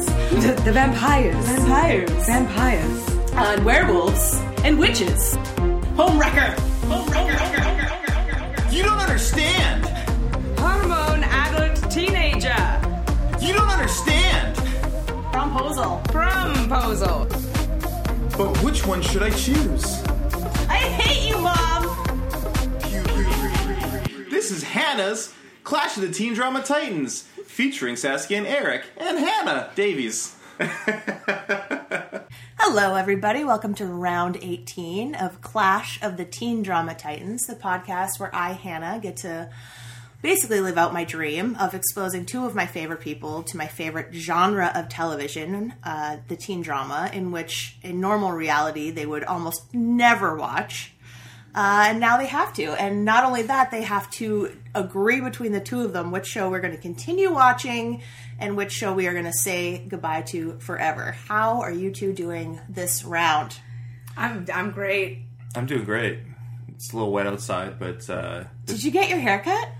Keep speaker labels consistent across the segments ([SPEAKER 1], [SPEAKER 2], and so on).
[SPEAKER 1] The vampires.
[SPEAKER 2] Vampires.
[SPEAKER 1] Vampires.
[SPEAKER 2] And werewolves. And witches. Homewrecker. Homewrecker.
[SPEAKER 3] You don't understand.
[SPEAKER 1] Hormone adult teenager.
[SPEAKER 3] You don't understand.
[SPEAKER 2] Promposal.
[SPEAKER 1] Promposal.
[SPEAKER 3] But which one should I choose?
[SPEAKER 2] I hate you, Mom.
[SPEAKER 3] This is Hannah's Clash of the Teen Drama Titans, featuring Saskia and Eric and Hannah Davies.
[SPEAKER 4] Hello, everybody. Welcome to round 18 of Clash of the Teen Drama Titans, the podcast where I, Hannah, get to basically live out my dream of exposing two of my favorite people to my favorite genre of television, uh, the teen drama, in which in normal reality they would almost never watch. Uh, and now they have to. And not only that, they have to agree between the two of them which show we're going to continue watching and which show we are going to say goodbye to forever. How are you two doing this round?
[SPEAKER 2] I'm I'm great.
[SPEAKER 3] I'm doing great. It's a little wet outside, but uh,
[SPEAKER 4] Did you get your haircut?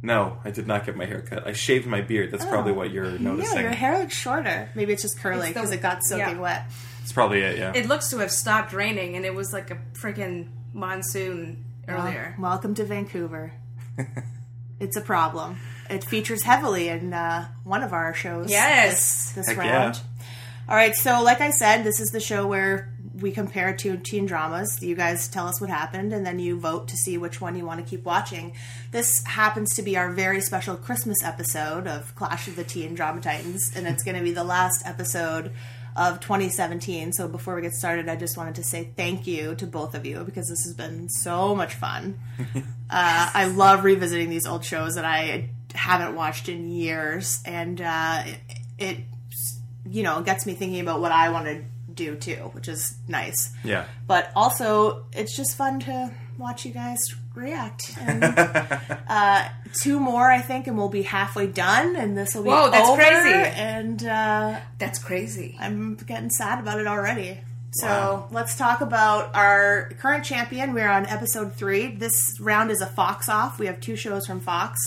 [SPEAKER 3] no, I did not get my hair cut. I shaved my beard. That's probably what you're noticing.
[SPEAKER 4] Yeah, your hair looks shorter. Maybe it's just
[SPEAKER 2] It's
[SPEAKER 4] curly
[SPEAKER 2] the-
[SPEAKER 4] because it got soaking
[SPEAKER 2] yeah.
[SPEAKER 4] wet.
[SPEAKER 3] It's probably it, yeah.
[SPEAKER 2] It looks to have stopped raining, and it was like a freaking monsoon earlier.
[SPEAKER 4] Welcome to Vancouver. it's a problem. It features heavily in uh, one of our shows.
[SPEAKER 2] Yes.
[SPEAKER 4] This
[SPEAKER 3] Heck
[SPEAKER 4] round. All right, so like I said, this is the show where we compare two teen dramas. You guys tell us what happened, and then you vote to see which one you want to keep watching. This happens to be our very special Christmas episode of Clash of the Teen Drama Titans, and it's going to be the last episode of 2017. So before we get started, I just wanted to say thank you to both of you because this has been so much fun. Uh, I love revisiting these old shows that I haven't watched in years, and uh, it, it you know gets me thinking about what I want to do too, which is nice.
[SPEAKER 3] Yeah.
[SPEAKER 4] But also, it's just fun to watch you guys react. And, uh, two more, I think, and we'll be halfway done, and this will be
[SPEAKER 2] Whoa, that's
[SPEAKER 4] over,
[SPEAKER 2] crazy.
[SPEAKER 4] And uh,
[SPEAKER 2] That's crazy.
[SPEAKER 4] I'm getting sad about it already. So
[SPEAKER 3] Wow.
[SPEAKER 4] let's talk about our current champion. We're on episode three. This round is a Fox off. We have two shows from Fox.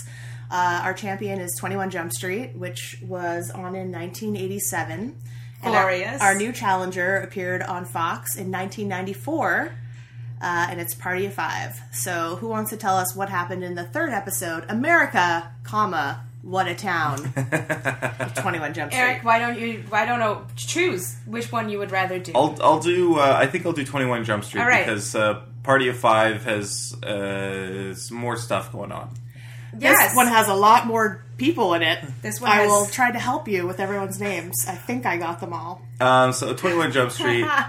[SPEAKER 4] Uh, our champion is 21 Jump Street, which was on in 1987. And our-
[SPEAKER 2] Glorious.
[SPEAKER 4] Our, new challenger appeared on Fox in 1994, uh, and it's Party of Five. So who wants to tell us what happened in the third episode, America, comma, what a town, of 21 Jump Street?
[SPEAKER 2] Eric, why don't you? Why don't I choose which one you would rather do?
[SPEAKER 4] Oh,
[SPEAKER 3] I'll, I'll do, uh, I think I'll do 21 Jump Street
[SPEAKER 2] All right.
[SPEAKER 3] because uh, Party of Five has uh, s- more stuff going on.
[SPEAKER 2] yes.
[SPEAKER 4] This one has a lot more people in it.
[SPEAKER 2] This one
[SPEAKER 4] I
[SPEAKER 2] has-
[SPEAKER 4] will try to help you with everyone's names. I think I got them all.
[SPEAKER 3] Um, so 21 Jump Street. uh,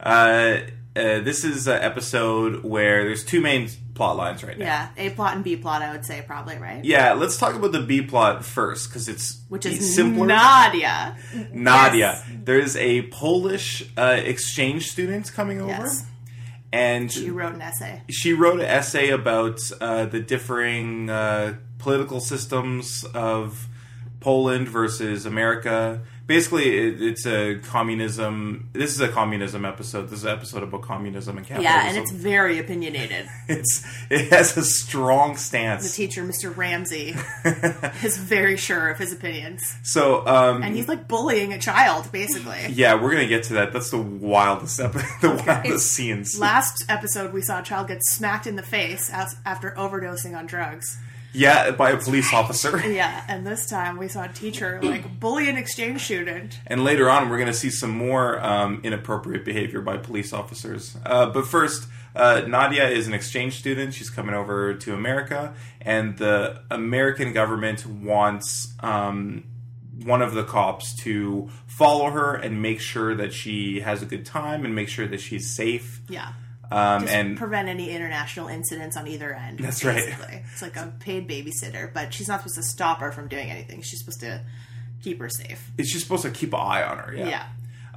[SPEAKER 3] uh, this is an episode where there's two main plot lines right now.
[SPEAKER 4] Yeah, A plot and B plot. I would say probably right.
[SPEAKER 3] Yeah, let's talk about the B plot first because it's
[SPEAKER 4] Which is
[SPEAKER 3] simpler.
[SPEAKER 4] Nadia.
[SPEAKER 3] Nadia. There is a Polish uh, exchange student coming over,
[SPEAKER 4] Yes.
[SPEAKER 3] and
[SPEAKER 4] You wrote an essay.
[SPEAKER 3] she wrote an essay about uh, the differing uh, political systems of Poland versus America. Basically, it, it's a communism. This is a communism episode. This is an episode about communism and capitalism.
[SPEAKER 4] Yeah, and it's very opinionated.
[SPEAKER 3] it's it has a strong stance.
[SPEAKER 4] The teacher, Mr. Ramsey, is very sure of his opinions,
[SPEAKER 3] so, um,
[SPEAKER 4] and he's like bullying a child basically.
[SPEAKER 3] yeah, we're gonna get to that. That's the wildest epi- the wildest scenes.
[SPEAKER 4] Last episode, we saw a child get smacked in the face as- after overdosing on drugs.
[SPEAKER 3] yeah, by a police officer.
[SPEAKER 4] Yeah, and this time we saw a teacher like bully an exchange student.
[SPEAKER 3] And later on, we're going to see some more um, inappropriate behavior by police officers. Uh, but first, uh, Nadia is an exchange student. She's coming over to America, and the American government wants um, one of the cops to follow her and make sure that she has a good time and make sure that she's safe.
[SPEAKER 4] Yeah.
[SPEAKER 3] Um,
[SPEAKER 4] Just
[SPEAKER 3] and
[SPEAKER 4] prevent any international incidents on either end.
[SPEAKER 3] That's right.
[SPEAKER 4] basically. It's like a paid babysitter, but she's not supposed to stop her from doing anything. She's supposed to keep her safe.
[SPEAKER 3] it's just supposed to keep an eye on her. Yeah.
[SPEAKER 4] Yeah.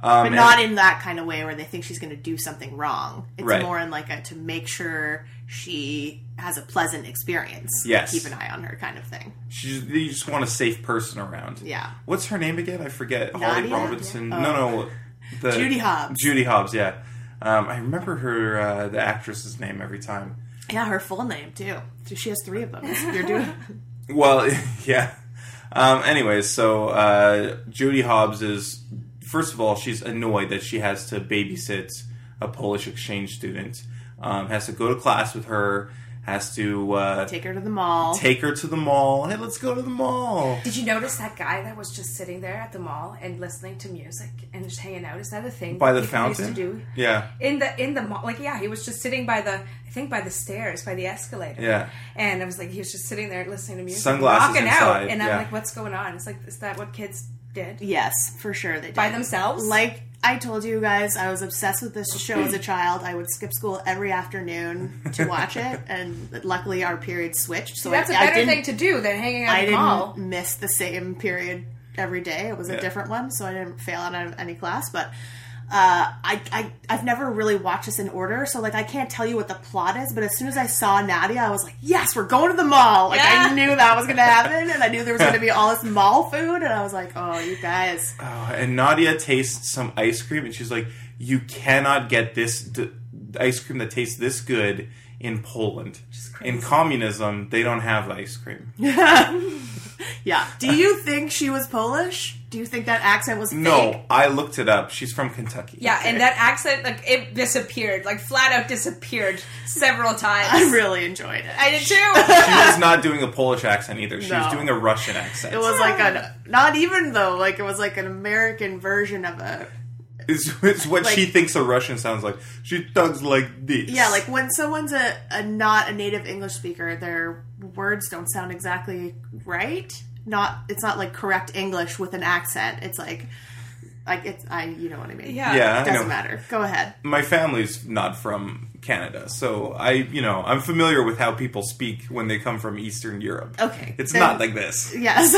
[SPEAKER 3] Um,
[SPEAKER 4] But
[SPEAKER 3] and-
[SPEAKER 4] not in that kind of way where they think she's going to do something wrong. It's
[SPEAKER 3] Right.
[SPEAKER 4] more in like a to make sure she has a pleasant experience. like,
[SPEAKER 3] Yes.
[SPEAKER 4] Keep an eye on her kind of thing.
[SPEAKER 3] She's, you just want a safe person around.
[SPEAKER 4] Yeah.
[SPEAKER 3] What's her name again? I forget. Holly
[SPEAKER 4] Nadia?
[SPEAKER 3] Robinson.
[SPEAKER 4] Yeah. Oh,
[SPEAKER 3] No, no. The,
[SPEAKER 4] Judy Hobbs.
[SPEAKER 3] Judy Hobbs. Yeah. Um, I remember her, uh, the actress's name every time.
[SPEAKER 4] Yeah, her full name too. So She has three of them. You're doing
[SPEAKER 3] Well, yeah. Um, anyways, so uh, Judy Hobbs is first of all she's annoyed that she has to babysit a Polish exchange student, um, has to go to class with her, has to uh,
[SPEAKER 4] Take her to the mall.
[SPEAKER 3] take her to the mall. Hey, let's go to the mall.
[SPEAKER 2] Did you notice that guy that was just sitting there at the mall and listening to music and just hanging out? Is that a thing
[SPEAKER 3] by the
[SPEAKER 2] people used to
[SPEAKER 3] fountain.
[SPEAKER 2] do?
[SPEAKER 3] Yeah.
[SPEAKER 2] in the in the mall like yeah he was just sitting by the i think by the stairs by the escalator
[SPEAKER 3] Yeah.
[SPEAKER 2] and i was like he was just sitting there listening to music
[SPEAKER 3] Sunglasses
[SPEAKER 2] walking
[SPEAKER 3] inside,
[SPEAKER 2] out and
[SPEAKER 3] yeah.
[SPEAKER 2] i'm like what's going on it's like is that what kids did
[SPEAKER 4] Yes, for sure they did.
[SPEAKER 2] by themselves
[SPEAKER 4] Like I told you guys, I was obsessed with this show as a child. I would skip school every afternoon to watch it, and luckily our period switched, so
[SPEAKER 2] that's a
[SPEAKER 4] I, I
[SPEAKER 2] better
[SPEAKER 4] didn't.
[SPEAKER 2] thing to do than hanging out
[SPEAKER 4] I
[SPEAKER 2] at the
[SPEAKER 4] didn't
[SPEAKER 2] mall
[SPEAKER 4] miss the same period every day. It was a
[SPEAKER 3] Yeah.
[SPEAKER 4] different one, so I didn't fail out of any class. But uh, I, I, I've never really watched this in order, so like I can't tell you what the plot is. But as soon as I saw Nadia, I was like, "Yes, we're going to the mall!" Like I
[SPEAKER 2] Yeah.
[SPEAKER 4] knew that was going to happen, and I knew there was going to be all this mall food, and I was like, "Oh, you guys."
[SPEAKER 3] Oh, and Nadia tastes some ice cream, and she's like, "You cannot get this d- ice cream that tastes this good in Poland. In communism, they don't have ice cream."
[SPEAKER 4] Yeah. Do you think she was Polish? Do you think that accent was fake?
[SPEAKER 3] no, I looked it up. She's from Kentucky.
[SPEAKER 2] yeah and that accent like it disappeared like flat out disappeared several times
[SPEAKER 4] I really enjoyed it.
[SPEAKER 2] I did too
[SPEAKER 3] she was not doing a Polish accent either. She was
[SPEAKER 4] No.
[SPEAKER 3] doing a Russian accent.
[SPEAKER 4] It was like a not even though like it was like an American version of a
[SPEAKER 3] It's, it's what
[SPEAKER 4] like-
[SPEAKER 3] she thinks a Russian sounds like. She talks like this.
[SPEAKER 4] yeah like when someone's a, a not a native English speaker their words don't sound exactly right not it's not like correct English with an accent it's like like it's I you know what I mean
[SPEAKER 2] yeah
[SPEAKER 3] yeah, I know.
[SPEAKER 4] doesn't matter go ahead
[SPEAKER 3] my family's not from Canada, so I, you know, I'm familiar with how people speak when they come from Eastern Europe.
[SPEAKER 4] Okay,
[SPEAKER 3] it's
[SPEAKER 4] then-
[SPEAKER 3] not like this.
[SPEAKER 4] yes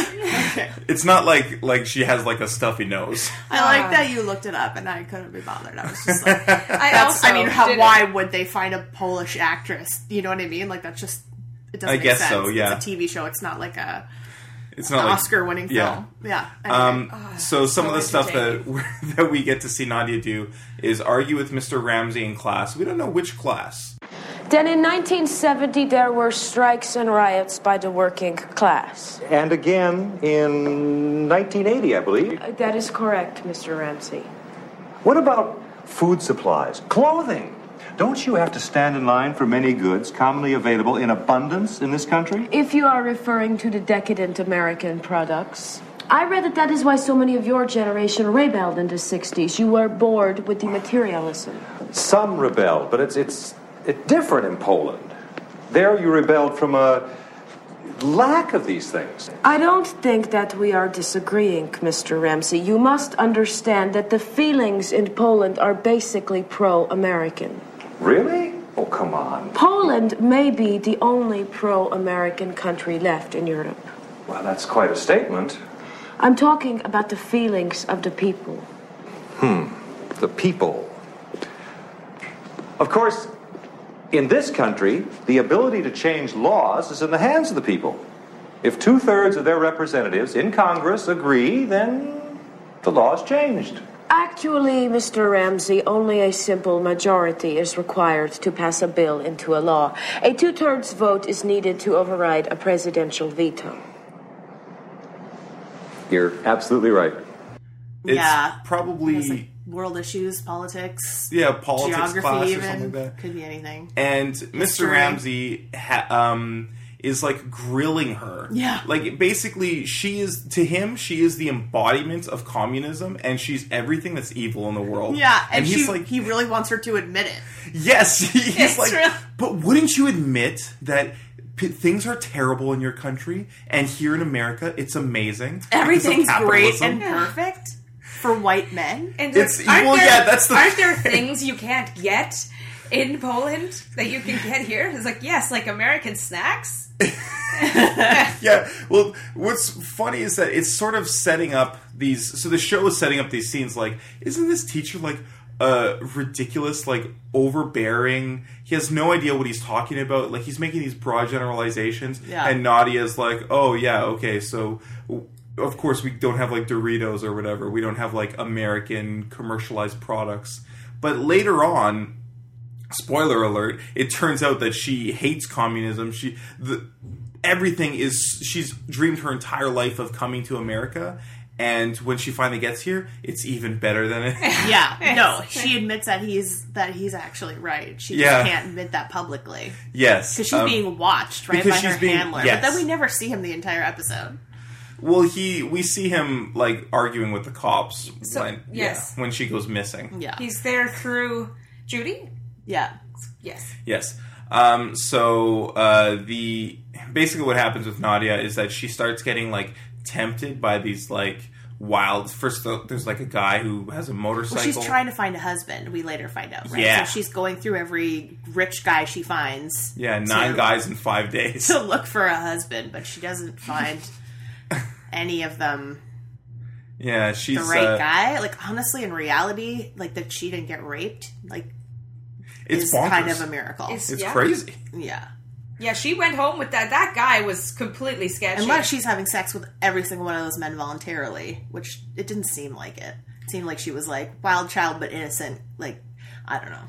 [SPEAKER 4] okay.
[SPEAKER 3] It's not like like she has like a stuffy nose.
[SPEAKER 4] I like that you looked it up and I couldn't be bothered I was just like.
[SPEAKER 2] i
[SPEAKER 4] That's,
[SPEAKER 2] also
[SPEAKER 4] I mean, how,
[SPEAKER 2] didn't-
[SPEAKER 4] why would they find a Polish actress? You know what I mean? Like that's just it doesn't
[SPEAKER 3] I
[SPEAKER 4] make
[SPEAKER 3] guess
[SPEAKER 4] sense.
[SPEAKER 3] so, yeah.
[SPEAKER 4] It's a TV show. It's not like a
[SPEAKER 3] It's not like,
[SPEAKER 4] Oscar-winning
[SPEAKER 3] yeah.
[SPEAKER 4] film. Ah, Yeah.
[SPEAKER 3] Um,
[SPEAKER 4] Anyway. oh,
[SPEAKER 3] so some of the stuff that
[SPEAKER 2] entertaining.
[SPEAKER 3] we're- that we get to see Nadia do is argue with Mr. Ramsey in class. We don't know which class.
[SPEAKER 5] Then in 1970, there were strikes and riots by the working class.
[SPEAKER 6] And again in 1980, I believe.
[SPEAKER 5] That is correct, Mr. Ramsey.
[SPEAKER 6] What about food supplies, clothing? Don't you have to stand in line for many goods commonly available in abundance in this country?
[SPEAKER 5] If you are referring to the decadent American products, I read that that is why so many of your generation rebelled in the 60s. You were bored with the materialism.
[SPEAKER 6] Some rebelled, but it's it's it different in Poland. There you rebelled from a lack of these things.
[SPEAKER 5] I don't think that we are disagreeing, Mr. Ramsey. You must understand that the feelings in Poland are basically pro American.
[SPEAKER 6] Really? Oh, come on.
[SPEAKER 5] Poland may be the only pro American country left in Europe.
[SPEAKER 6] Well, that's quite a statement.
[SPEAKER 5] I'm talking about the feelings of the people.
[SPEAKER 6] the people. Of course, in this country, the ability to change laws is in the hands of the people. If two thirds of their representatives in Congress agree, then the law is changed.
[SPEAKER 5] Actually, Mr. Ramsey, only a simple majority is required to pass a bill into a law. A two thirds vote is needed to override a presidential veto.
[SPEAKER 6] You're absolutely right.
[SPEAKER 3] It's
[SPEAKER 4] Yeah.
[SPEAKER 3] probably
[SPEAKER 4] It's like world issues, politics,
[SPEAKER 3] yeah politics class
[SPEAKER 4] geography,
[SPEAKER 3] or
[SPEAKER 4] even
[SPEAKER 3] something like that.
[SPEAKER 4] could be anything.
[SPEAKER 3] and Mr. Ramsey ha- um, is like grilling her.
[SPEAKER 4] Yeah.
[SPEAKER 3] Like basically, she is to him, she is the embodiment of communism, and she's everything that's evil in the world.
[SPEAKER 4] Yeah, and,
[SPEAKER 3] he's
[SPEAKER 4] she,
[SPEAKER 3] like,
[SPEAKER 4] he really wants her to admit it.
[SPEAKER 3] yes, he's
[SPEAKER 4] It's
[SPEAKER 3] like,
[SPEAKER 4] real.
[SPEAKER 3] but wouldn't you admit that? p- Things are terrible in your country, and here in America, it's amazing. because of
[SPEAKER 4] Everything's great
[SPEAKER 3] capitalism."
[SPEAKER 4] and perfect for white men.
[SPEAKER 2] And
[SPEAKER 3] It's-
[SPEAKER 2] like, aren't
[SPEAKER 3] well,
[SPEAKER 2] there-
[SPEAKER 3] yeah, that's the
[SPEAKER 2] Aren't there things you can't get in Poland that you can get here? It's like yes, like American snacks.
[SPEAKER 3] Yeah. Well, what's funny is that it's sort of setting up these. So the show is setting up these scenes. Like, isn't this teacher like uh, ridiculous, like overbearing? He has no idea what he's talking about. Like, he's making these broad generalizations.
[SPEAKER 4] Yeah.
[SPEAKER 3] And Nadia's like, "Oh yeah, okay, so." w- Of course, we don't have like Doritos or whatever. We don't have like American commercialized products. But later on, spoiler alert it turns out that she hates communism she the, everything is she's dreamed her entire life of coming to america and when she finally gets here it's even better than it
[SPEAKER 4] Yeah, no, she admits that he's that he's actually right. She
[SPEAKER 3] Yeah.
[SPEAKER 4] just can't admit that publicly
[SPEAKER 3] yes
[SPEAKER 4] because she's
[SPEAKER 3] um,
[SPEAKER 4] being watched right
[SPEAKER 3] because
[SPEAKER 4] by
[SPEAKER 3] she's
[SPEAKER 4] her
[SPEAKER 3] being-
[SPEAKER 4] handler.
[SPEAKER 3] yes.
[SPEAKER 4] But then we never see him the entire episode.
[SPEAKER 3] well he we see him like arguing with the cops
[SPEAKER 2] So-
[SPEAKER 3] when
[SPEAKER 2] yes.
[SPEAKER 3] yeah, when she goes missing
[SPEAKER 4] Yeah,
[SPEAKER 2] He's there through Judy?
[SPEAKER 4] yeah,
[SPEAKER 2] Yes.
[SPEAKER 3] Yes. Um, so uh, the basically what happens with Nadia is that she starts getting like tempted by these like wild. First, uh, there's like a guy who has a motorcycle.
[SPEAKER 4] she's trying to find a husband. We later find out, right?
[SPEAKER 3] Yeah.
[SPEAKER 4] So she's going through every rich guy she finds.
[SPEAKER 3] Yeah, nine
[SPEAKER 4] to-
[SPEAKER 3] guys in five days.
[SPEAKER 4] to look for a husband, but she doesn't find any of them
[SPEAKER 3] Yeah,
[SPEAKER 4] the
[SPEAKER 3] she's
[SPEAKER 4] right
[SPEAKER 3] uh,
[SPEAKER 4] guy. Like honestly, in reality, like that she didn't get raped, like
[SPEAKER 3] It's
[SPEAKER 4] is
[SPEAKER 3] bonkers.
[SPEAKER 4] kind of a miracle.
[SPEAKER 3] It's
[SPEAKER 2] yeah.
[SPEAKER 3] crazy.
[SPEAKER 4] yeah,
[SPEAKER 2] Yeah, she went home with that. That guy was completely sketchy.
[SPEAKER 4] unless she's having sex with every single one of those men voluntarily, which it didn't seem like it. It seemed like she was like wild child but innocent. Like I don't know.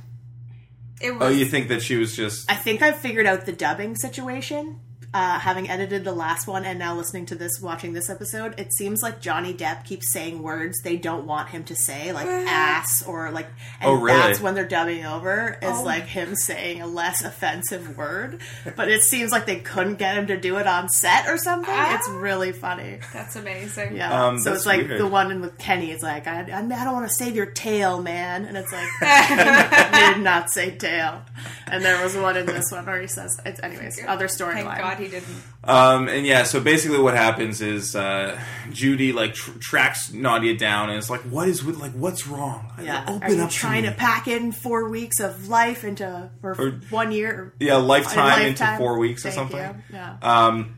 [SPEAKER 2] it was,
[SPEAKER 3] Oh, you think that she was just?
[SPEAKER 4] I think I've figured out the dubbing situation. Uh, having edited the last one and now listening to this, watching this episode, it seems like Johnny Depp keeps saying words they don't want him to say, like ass or like. And
[SPEAKER 3] Oh, really?
[SPEAKER 4] That's when they're dubbing over is like him saying a less offensive word, but it seems like they couldn't get him to do it on set or something. It's really funny.
[SPEAKER 2] That's amazing.
[SPEAKER 4] Yeah.
[SPEAKER 3] Um,
[SPEAKER 4] so
[SPEAKER 3] that's
[SPEAKER 4] it's like
[SPEAKER 3] weird.
[SPEAKER 4] the one with Kenny is like, I, I, I don't want to save your tail, man. And it's like, he did not say tail. And there was one in this one where he says, it's, anyways, other
[SPEAKER 2] Thank God
[SPEAKER 4] storyline.
[SPEAKER 2] he didn't.
[SPEAKER 3] Um, and yeah, so basically what happens is uh, Judy like tr- tracks Nadia down and is like, "What is with like what's wrong?
[SPEAKER 4] Yeah.
[SPEAKER 3] Open
[SPEAKER 4] Are you
[SPEAKER 3] up
[SPEAKER 4] trying
[SPEAKER 3] to,
[SPEAKER 4] to
[SPEAKER 3] me."
[SPEAKER 4] pack in four weeks of life into, or,
[SPEAKER 3] Or-
[SPEAKER 4] one year? Or
[SPEAKER 3] yeah, lifetime, into
[SPEAKER 4] lifetime?
[SPEAKER 3] four weeks or
[SPEAKER 4] Thank
[SPEAKER 3] something.
[SPEAKER 4] you. Yeah.
[SPEAKER 3] Um,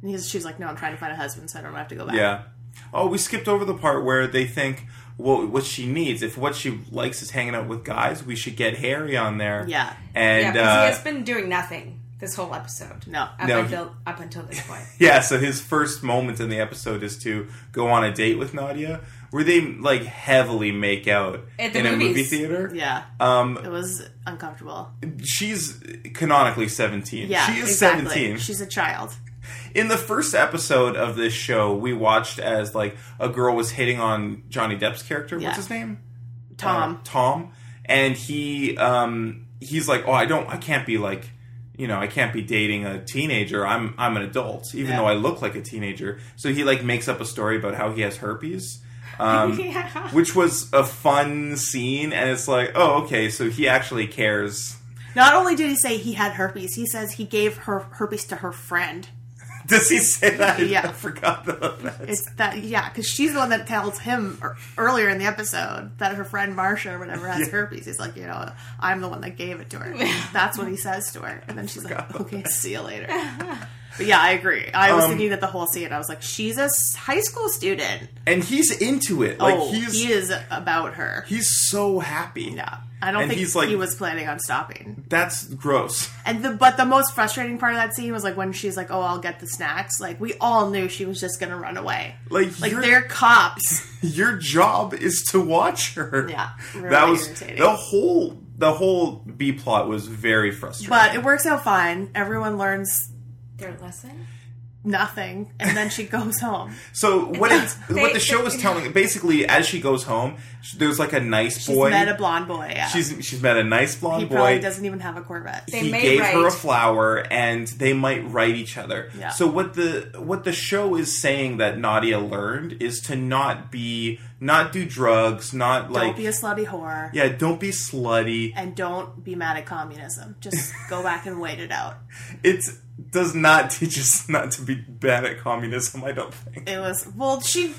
[SPEAKER 4] and he's, she's like, no, I'm trying to find a husband so I don't have to go back.
[SPEAKER 3] Yeah. Oh, we skipped over the part where they think well, what she needs. If what she likes is hanging out with guys, we should get Harry on there.
[SPEAKER 4] Yeah.
[SPEAKER 2] Yeah,
[SPEAKER 3] And
[SPEAKER 2] because
[SPEAKER 3] uh,
[SPEAKER 2] he has been doing nothing this whole episode.
[SPEAKER 4] No.
[SPEAKER 2] Up,
[SPEAKER 3] No, he-
[SPEAKER 2] until, up until this point.
[SPEAKER 3] yeah, so his first moment in the episode is to go on a date with Nadia, where they like heavily make out
[SPEAKER 2] At the
[SPEAKER 3] in a movie
[SPEAKER 2] movies.
[SPEAKER 3] theater.
[SPEAKER 4] Yeah.
[SPEAKER 3] Um,
[SPEAKER 4] it was uncomfortable.
[SPEAKER 3] she's canonically seventeen.
[SPEAKER 4] Yeah.
[SPEAKER 3] she is
[SPEAKER 4] exactly.
[SPEAKER 3] seventeen.
[SPEAKER 4] She's a child.
[SPEAKER 3] in the first episode of this show, we watched as like a girl was hitting on Johnny Depp's character.
[SPEAKER 4] Yeah.
[SPEAKER 3] What's his name?
[SPEAKER 4] Tom.
[SPEAKER 3] uh, Tom, and he um, he's like, oh, I don't, I can't be like, you know, I can't be dating a teenager. I'm I'm an adult, even
[SPEAKER 4] Yeah.
[SPEAKER 3] though I look like a teenager. So he like makes up a story about how he has herpes. Um,
[SPEAKER 2] Yeah.
[SPEAKER 3] Which was a fun scene, and it's like, oh, okay, so he actually cares.
[SPEAKER 4] Not only did he say he had herpes, he says he gave her herpes to her friend.
[SPEAKER 3] Does he say that?
[SPEAKER 4] Yeah.
[SPEAKER 3] I forgot about that.
[SPEAKER 4] It's that yeah, because she's the one that tells him er- earlier in the episode that her friend Marsha or whatever has herpes. He's like, you know, I'm the one that gave it to her. That's what he says to her, and then she's like, okay, see you later. But yeah, I agree. I
[SPEAKER 3] Um,
[SPEAKER 4] was thinking that the whole scene. I was like, she's a s- high school student.
[SPEAKER 3] And he's into it. Like
[SPEAKER 4] oh,
[SPEAKER 3] he's
[SPEAKER 4] he is about her.
[SPEAKER 3] he's so happy.
[SPEAKER 4] yeah, I don't
[SPEAKER 3] and
[SPEAKER 4] think
[SPEAKER 3] he's like-
[SPEAKER 4] he was planning on stopping.
[SPEAKER 3] That's gross.
[SPEAKER 4] And the but the most frustrating part of that scene was like when she's like, "Oh, I'll get the snacks." Like we all knew she was just gonna run away.
[SPEAKER 3] Like,
[SPEAKER 4] like
[SPEAKER 3] you're-
[SPEAKER 4] they're cops.
[SPEAKER 3] your job is to watch her.
[SPEAKER 4] Yeah, really
[SPEAKER 3] that was
[SPEAKER 4] irritating.
[SPEAKER 3] the whole the whole B plot was very frustrating.
[SPEAKER 4] but it works out fine. Everyone learns
[SPEAKER 2] Their lesson?
[SPEAKER 4] nothing, and then she goes home.
[SPEAKER 3] so what it's, what
[SPEAKER 2] they-
[SPEAKER 3] the show is telling basically as she goes home, sh- there's like a nice
[SPEAKER 4] She's
[SPEAKER 3] boy.
[SPEAKER 4] met a blonde boy. Yeah,
[SPEAKER 3] she's she's met a nice blonde
[SPEAKER 4] he probably
[SPEAKER 3] boy.
[SPEAKER 4] doesn't even have a Corvette.
[SPEAKER 2] They
[SPEAKER 3] he
[SPEAKER 2] may
[SPEAKER 3] gave her a
[SPEAKER 2] write.
[SPEAKER 3] flower and they might write each other.
[SPEAKER 4] Yeah.
[SPEAKER 3] So what the what the show is saying that Nadia learned is to not be not do drugs, not like
[SPEAKER 4] don't be a slutty whore,
[SPEAKER 3] yeah, don't be slutty.
[SPEAKER 4] and don't be mad at communism. Just go back and wait it out.
[SPEAKER 3] it does not teach us not to be bad at communism. I don't think.
[SPEAKER 4] It was well, she.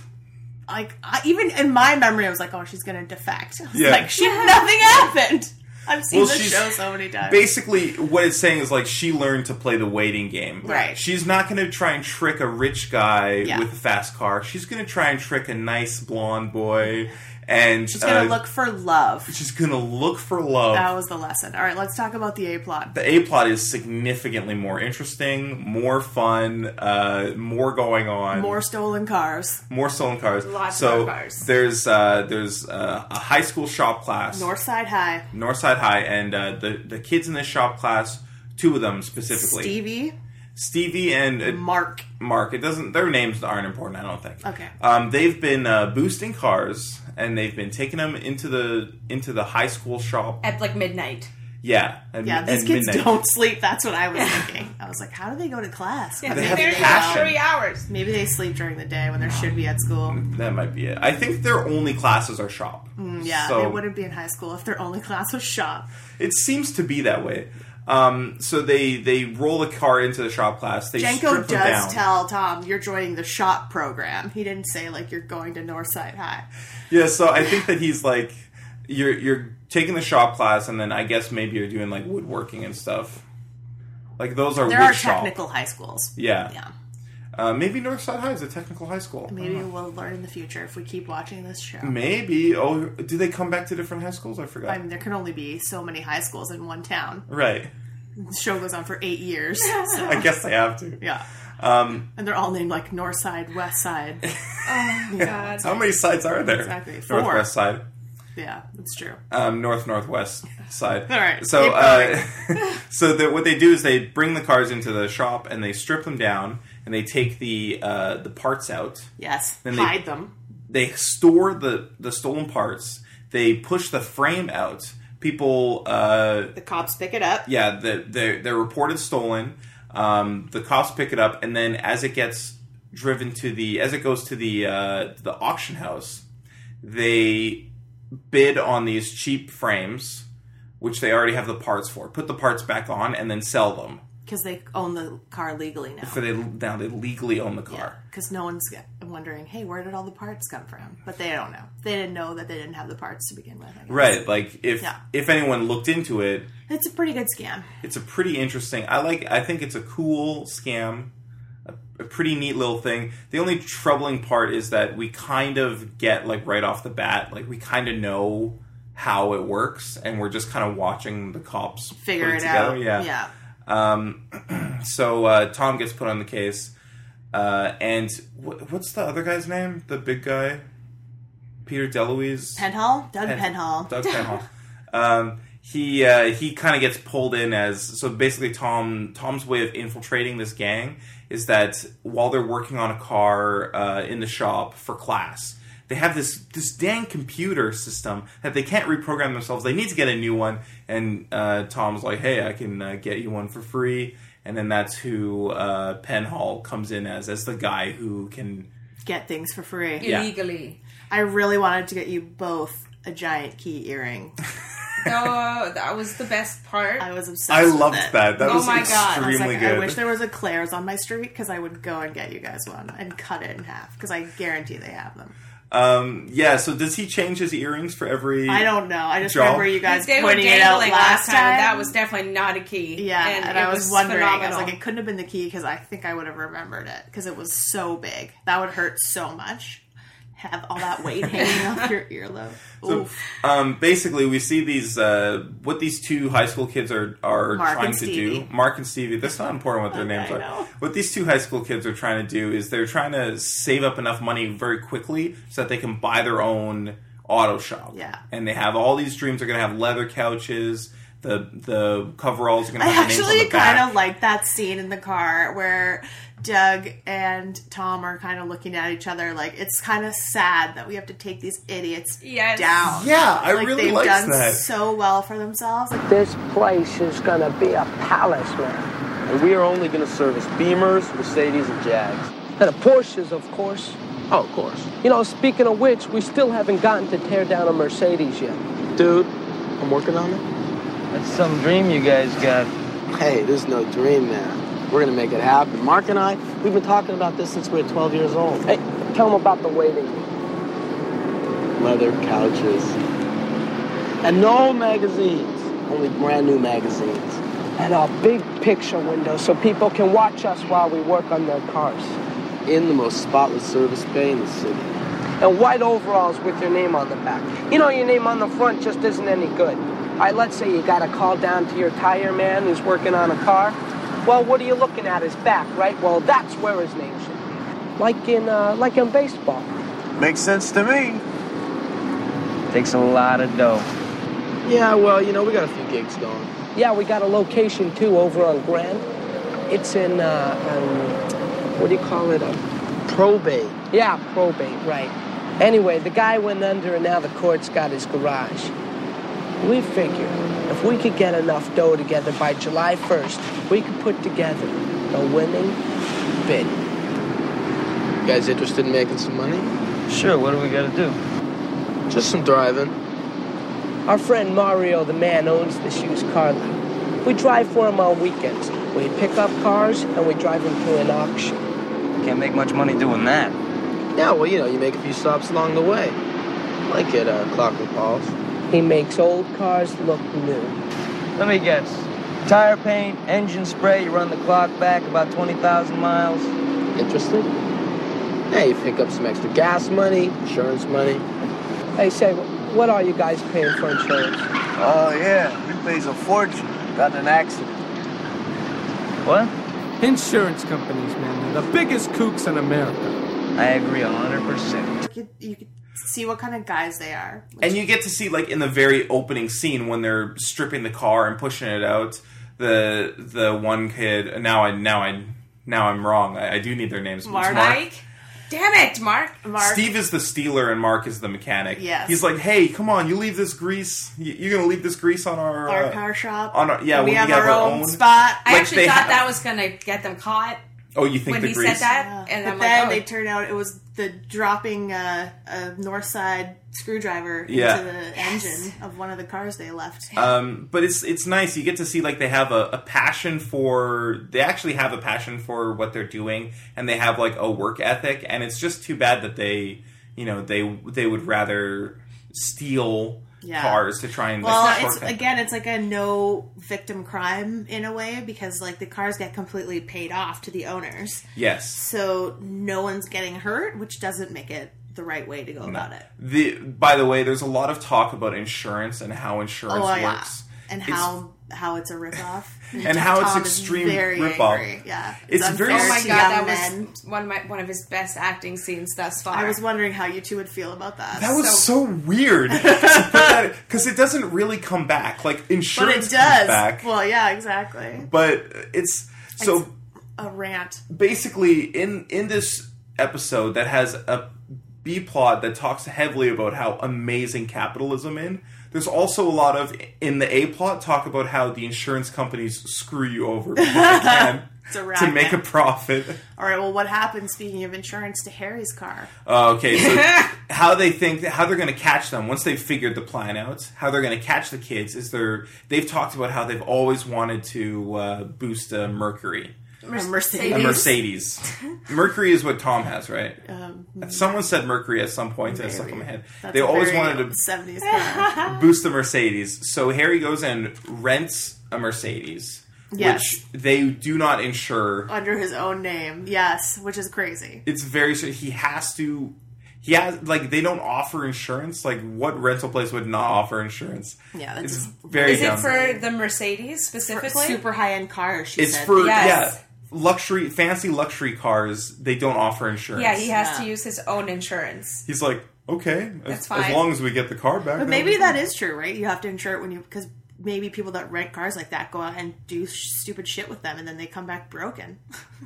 [SPEAKER 4] Like I, even in my memory, I was like, "Oh, she's gonna defect." I was
[SPEAKER 3] Yeah.
[SPEAKER 4] like, "She nothing happened." I've seen
[SPEAKER 3] Well,
[SPEAKER 4] this
[SPEAKER 3] she's-
[SPEAKER 4] show so many times.
[SPEAKER 3] Basically, what it's saying is like she learned to play the waiting game.
[SPEAKER 4] Right.
[SPEAKER 3] She's not going to try and trick a rich guy
[SPEAKER 4] Yeah.
[SPEAKER 3] with a fast car. She's going to try and trick a nice blonde boy. and
[SPEAKER 4] She's gonna
[SPEAKER 3] uh,
[SPEAKER 4] look for love.
[SPEAKER 3] she's gonna look for love.
[SPEAKER 4] That was the lesson. All right, let's talk about the A plot.
[SPEAKER 3] the A plot is significantly more interesting, more fun, uh, more going on,
[SPEAKER 4] More stolen cars.
[SPEAKER 3] more stolen cars.
[SPEAKER 2] Lots
[SPEAKER 3] so
[SPEAKER 2] more cars.
[SPEAKER 3] there's uh, there's uh, a high school shop class,
[SPEAKER 4] Northside High.
[SPEAKER 3] Northside High, and uh, the the kids in this shop class, two of them specifically,
[SPEAKER 4] Stevie.
[SPEAKER 3] Stevie and uh,
[SPEAKER 4] Mark.
[SPEAKER 3] Mark. It doesn't. Their names aren't important. I don't think.
[SPEAKER 4] Okay.
[SPEAKER 3] Um, they've been uh, boosting cars, and they've been taking them into the into the high school shop.
[SPEAKER 2] at like midnight.
[SPEAKER 3] Yeah. And,
[SPEAKER 4] Yeah, these
[SPEAKER 3] and
[SPEAKER 4] kids
[SPEAKER 3] midnight.
[SPEAKER 4] don't sleep. That's what I was thinking. I was like, how do they go to class?
[SPEAKER 2] Yeah,
[SPEAKER 3] They
[SPEAKER 2] they
[SPEAKER 3] have
[SPEAKER 2] there
[SPEAKER 3] passion.
[SPEAKER 2] for three hours.
[SPEAKER 4] Maybe they sleep during the day when they should be at school.
[SPEAKER 3] That might be it. I think their only classes are shop.
[SPEAKER 4] Mm, Yeah,
[SPEAKER 3] So
[SPEAKER 4] they wouldn't be in high school if their only class was shop.
[SPEAKER 3] it seems to be that way. Um, so they they roll the car into the shop class. They
[SPEAKER 4] Jenko
[SPEAKER 3] strip them down.
[SPEAKER 4] does tell Tom, you're joining the shop program. He didn't say, like, you're going to Northside High.
[SPEAKER 3] Yeah, so I think that he's like, you're you're taking the shop class, and then I guess maybe you're doing like woodworking and stuff. Like those are
[SPEAKER 4] There
[SPEAKER 3] wood
[SPEAKER 4] are
[SPEAKER 3] shop.
[SPEAKER 4] technical high schools.
[SPEAKER 3] Yeah.
[SPEAKER 4] Yeah.
[SPEAKER 3] Uh, maybe Northside High is a technical high school.
[SPEAKER 4] Maybe we'll learn in the future if we keep watching this show.
[SPEAKER 3] Maybe. Oh, do they come back to different high schools? I forgot.
[SPEAKER 4] I mean, there can only be so many high schools in one town.
[SPEAKER 3] right.
[SPEAKER 4] The show goes on for eight years. So,
[SPEAKER 3] I guess they have to.
[SPEAKER 4] yeah. Um, and they're all named, like, Northside, Westside.
[SPEAKER 2] God.
[SPEAKER 3] How many sides are there?
[SPEAKER 4] Exactly, four.
[SPEAKER 3] Northwest side.
[SPEAKER 4] Yeah, that's true.
[SPEAKER 3] um, north northwest side.
[SPEAKER 4] All right,
[SPEAKER 3] So
[SPEAKER 4] keep
[SPEAKER 3] uh, so that what they do is they bring the cars into the shop and they strip them down and they take the uh, the parts out.
[SPEAKER 4] Yes.
[SPEAKER 3] Then they-
[SPEAKER 4] Hide them.
[SPEAKER 3] They store the the stolen parts. They push the frame out. People, uh,
[SPEAKER 4] The cops pick it up.
[SPEAKER 3] yeah, the, they're, they're reported stolen. Um, the cops pick it up, and then as it gets driven to the as it goes to the uh, the auction house, they bid on these cheap frames, which they already have the parts for. Put the parts back on, and then sell them.
[SPEAKER 4] Because they own the car legally now.
[SPEAKER 3] So they now they legally own the car.
[SPEAKER 4] Because no one's g- wondering, hey, where did all the parts come from? But they don't know. They didn't know that they didn't have the parts to begin with. I guess.
[SPEAKER 3] Right, like if
[SPEAKER 4] Yeah.
[SPEAKER 3] if anyone looked into it,
[SPEAKER 4] It's a pretty good scam.
[SPEAKER 3] it's a pretty interesting. I like. I think it's a cool scam, a, a pretty neat little thing. The only troubling part is that we kind of get like right off the bat, like we kind of know how it works, and we're just kind of watching the cops put
[SPEAKER 4] Figure it
[SPEAKER 3] together.
[SPEAKER 4] out.
[SPEAKER 3] Yeah.
[SPEAKER 4] Yeah.
[SPEAKER 3] So uh, Tom gets put on the case, uh, and wh- what's the other guy's name? The big guy, Peter DeLuise.
[SPEAKER 4] Penhall? Doug
[SPEAKER 3] Pen-
[SPEAKER 4] Penhall.
[SPEAKER 3] Doug Penhall. um, he uh, he kind of gets pulled in as so basically Tom Tom's way of infiltrating this gang is that while they're working on a car uh, in the shop for class. They have this this dang computer system that they can't reprogram themselves. They need to get a new one, and uh, Tom's like, "Hey, I can uh, get you one for free." And then that's who uh, Penhall comes in as as the guy who can
[SPEAKER 4] Get things for free.
[SPEAKER 3] Yeah.
[SPEAKER 2] Illegally.
[SPEAKER 4] I really wanted to get you both a giant key earring.
[SPEAKER 2] No, Oh, that was the best part.
[SPEAKER 4] I was obsessed
[SPEAKER 3] I
[SPEAKER 4] with
[SPEAKER 3] loved
[SPEAKER 4] it.
[SPEAKER 3] that. That
[SPEAKER 2] Oh
[SPEAKER 3] was
[SPEAKER 2] my God. I was
[SPEAKER 4] I was
[SPEAKER 3] extremely
[SPEAKER 4] like,
[SPEAKER 3] good.
[SPEAKER 4] I wish there was a Claire's on my street because I would go and get you guys one and cut it in half because I guarantee they have them.
[SPEAKER 3] Um, yeah. So does he change his earrings for every?
[SPEAKER 4] I don't know. I just
[SPEAKER 3] Jaw.
[SPEAKER 4] remember you guys
[SPEAKER 2] they were
[SPEAKER 4] pointing it out
[SPEAKER 2] dangling
[SPEAKER 4] last time.
[SPEAKER 2] That was definitely not a key.
[SPEAKER 4] Yeah, and,
[SPEAKER 2] it
[SPEAKER 4] I was, wondering. I was
[SPEAKER 2] phenomenal.
[SPEAKER 4] like, it couldn't have been the key because I think I would have remembered it because it was so big. That would hurt so much. Have all that weight hanging off your earlobe. Oof.
[SPEAKER 3] Um, basically, we see these uh, what these two high school kids are are
[SPEAKER 4] Mark
[SPEAKER 3] trying
[SPEAKER 4] and
[SPEAKER 3] to do.
[SPEAKER 4] Stevie.
[SPEAKER 3] Mark and Stevie. That's not important what their names
[SPEAKER 4] I
[SPEAKER 3] are.
[SPEAKER 4] know.
[SPEAKER 3] What these two high school kids are trying to do is they're trying to save up enough money very quickly so that they can buy their own auto shop.
[SPEAKER 4] Yeah.
[SPEAKER 3] And they have all these dreams. They're going to have leather couches. The the coveralls are going to
[SPEAKER 4] I
[SPEAKER 3] have the names
[SPEAKER 4] actually
[SPEAKER 3] on the back.
[SPEAKER 4] kind of like that scene in the car where Doug and Tom are kind of looking at each other like it's kind of sad that we have to take these idiots
[SPEAKER 2] Yes.
[SPEAKER 4] down.
[SPEAKER 3] yeah, I
[SPEAKER 4] like
[SPEAKER 3] really
[SPEAKER 4] they've
[SPEAKER 3] liked
[SPEAKER 4] done
[SPEAKER 3] that.
[SPEAKER 4] so well for themselves. Like,
[SPEAKER 7] This place is gonna be a palace, man.
[SPEAKER 8] And we are only going to service Beamers, Mercedes, and Jags.
[SPEAKER 7] And the Porsches, of course.
[SPEAKER 8] Oh, of course.
[SPEAKER 7] You know, speaking of which, we still haven't gotten to tear down a Mercedes yet.
[SPEAKER 8] Dude, I'm working on it.
[SPEAKER 9] That's some dream you guys got.
[SPEAKER 8] Hey, this is no dream, man. We're going to make it happen. Mark and I, we've been talking about this since we were 12 years old.
[SPEAKER 7] Hey, tell them about the waiting.
[SPEAKER 8] Leather couches. And no magazines. Only brand new magazines.
[SPEAKER 7] And a big picture window so people can watch us while we work on their cars.
[SPEAKER 8] In the most spotless service bay in the city.
[SPEAKER 7] and white overalls with your name on the back. You know, your name on the front just isn't any good. All right, let's say you got a call down to your tire man who's working on a car. Well, what are you looking at? His back, right? Well, that's where his name should be. Like in, uh, like in baseball.
[SPEAKER 8] Makes sense to me.
[SPEAKER 9] Takes a lot of dough.
[SPEAKER 8] Yeah, well, you know, we got a few gigs going.
[SPEAKER 7] Yeah, we got a location too over on Grand. It's in, uh, um, what do you call it? Um,
[SPEAKER 8] Probate.
[SPEAKER 7] Yeah, probate, right. Anyway, the guy went under and now the court's got his garage. We figured if we could get enough dough together by July 1st, we could put together a winning bid.
[SPEAKER 8] You guys interested in making some money?
[SPEAKER 9] Sure, what do we gotta do?
[SPEAKER 8] Just some driving.
[SPEAKER 7] Our friend Mario, the man, owns this used car lot. We drive for him on weekends. We pick up cars and we drive them to an auction.
[SPEAKER 9] Can't make much money doing that.
[SPEAKER 8] Yeah, well, you know, you make a few stops along the way. Like at uh, Clockwork Paul's.
[SPEAKER 7] He makes old cars look new.
[SPEAKER 9] Let me guess. Tire paint, engine spray, you run the clock back about 20,000 miles.
[SPEAKER 8] Interested? Hey, you pick up some extra gas money, insurance money.
[SPEAKER 7] Hey, say, what are you guys paying for insurance?
[SPEAKER 10] Oh, yeah. He pays a fortune. Got in an accident.
[SPEAKER 9] What?
[SPEAKER 11] Insurance companies, man, they're the biggest kooks in America.
[SPEAKER 9] I agree 100%.
[SPEAKER 4] You could, you could see what kind of guys they are.
[SPEAKER 3] And you get to see like in the very opening scene when they're stripping the car and pushing it out, the the one kid now I now I now I'm wrong. I, I do need their names. It's
[SPEAKER 2] Mark. Mike? Damn it, Mark. Mark.
[SPEAKER 3] Steve is the stealer and Mark is the mechanic.
[SPEAKER 4] Yes.
[SPEAKER 3] He's like, hey, come on, you leave this grease. you- You're gonna leave this grease on our
[SPEAKER 4] Our
[SPEAKER 3] uh,
[SPEAKER 4] car shop.
[SPEAKER 3] on our- yeah,
[SPEAKER 4] we
[SPEAKER 3] we
[SPEAKER 4] have
[SPEAKER 3] have
[SPEAKER 4] our,
[SPEAKER 3] our
[SPEAKER 4] own,
[SPEAKER 3] own-
[SPEAKER 4] spot.
[SPEAKER 2] I
[SPEAKER 3] Like
[SPEAKER 2] actually
[SPEAKER 3] they
[SPEAKER 2] thought
[SPEAKER 3] have-
[SPEAKER 2] that was going to get them caught
[SPEAKER 3] Oh, you think
[SPEAKER 2] when
[SPEAKER 3] the
[SPEAKER 2] he
[SPEAKER 3] grease?
[SPEAKER 2] said that.
[SPEAKER 4] and
[SPEAKER 2] And
[SPEAKER 4] but
[SPEAKER 2] I'm like,
[SPEAKER 4] then
[SPEAKER 2] oh,
[SPEAKER 4] they turned out it was the dropping uh, a north side screwdriver
[SPEAKER 3] Yeah.
[SPEAKER 4] into the engine of one of the cars they left.
[SPEAKER 3] Um, but it's it's nice. You get to see like they have a, a passion for. They actually have a passion for what they're doing, and they have like a work ethic. And it's just too bad that they, you know, they they would rather steal
[SPEAKER 4] Yeah.
[SPEAKER 3] cars to try and. like,
[SPEAKER 4] well, it's
[SPEAKER 3] shortcut.
[SPEAKER 4] again, it's like a no victim crime in a way because like the cars get completely paid off to the owners,
[SPEAKER 3] yes.
[SPEAKER 4] so no one's getting hurt, which doesn't make it the right way to go about it.
[SPEAKER 3] The by the way, there's a lot of talk about insurance and how insurance
[SPEAKER 4] Oh yeah,
[SPEAKER 3] works.
[SPEAKER 4] and
[SPEAKER 3] It's-
[SPEAKER 4] how how it's a ripoff,
[SPEAKER 3] And how it's
[SPEAKER 4] Tom is
[SPEAKER 3] extreme
[SPEAKER 4] very
[SPEAKER 3] ripoff.
[SPEAKER 4] angry. Yeah,
[SPEAKER 3] It's very-
[SPEAKER 4] unfair
[SPEAKER 2] oh my
[SPEAKER 4] to
[SPEAKER 2] god, that
[SPEAKER 4] young men.
[SPEAKER 2] was one of my one of his best acting scenes thus far.
[SPEAKER 4] I was wondering how you two would feel about that.
[SPEAKER 3] That was so, weird because it doesn't really come back. Like
[SPEAKER 4] but
[SPEAKER 3] insurance
[SPEAKER 4] it
[SPEAKER 3] comes
[SPEAKER 4] does.
[SPEAKER 3] back,
[SPEAKER 4] Well, yeah, exactly.
[SPEAKER 3] but it's so.
[SPEAKER 4] A rant.
[SPEAKER 3] basically in in this episode that has a B plot that talks heavily about how amazing capitalism in. There's also a lot of in the A plot talk about how the insurance companies screw you over because they can
[SPEAKER 4] a
[SPEAKER 3] to
[SPEAKER 4] racket.
[SPEAKER 3] make a profit.
[SPEAKER 4] All right. Well, what happened? Speaking of insurance, to Harry's car.
[SPEAKER 3] Uh, okay, so how they think how they're going to catch them once they've figured the plan out. How they're going to catch the kids is they're they've talked about how they've always wanted to uh, boost a Mercury.
[SPEAKER 4] Mercedes.
[SPEAKER 3] A Mercedes. Mercury is what Tom has, right? Someone said Mercury at some point, and I stuck in my head. they always wanted to
[SPEAKER 4] seventies car.
[SPEAKER 3] boost the Mercedes, so Harry goes and rents a Mercedes,
[SPEAKER 4] Yes.
[SPEAKER 3] which they do not insure.
[SPEAKER 4] under his own name. Yes, which is crazy.
[SPEAKER 3] It's very so he has to. He has like they don't offer insurance. Like what rental place would not offer insurance?
[SPEAKER 4] Yeah, that's
[SPEAKER 3] that's it's
[SPEAKER 4] just-
[SPEAKER 3] very
[SPEAKER 2] Is it
[SPEAKER 3] dumb.
[SPEAKER 2] for the Mercedes specifically?
[SPEAKER 4] Super high end car. She
[SPEAKER 3] it's
[SPEAKER 4] said.
[SPEAKER 3] for
[SPEAKER 2] Yes.
[SPEAKER 3] yeah luxury fancy luxury cars. They don't offer insurance.
[SPEAKER 2] yeah, he has to use his own insurance.
[SPEAKER 3] He's like, okay, as,
[SPEAKER 2] fine.
[SPEAKER 3] as long as we get the car back.
[SPEAKER 4] But maybe that is true, right? You have to insure it when you because maybe people that rent cars like that go out and do sh- stupid shit with them, and then they come back broken.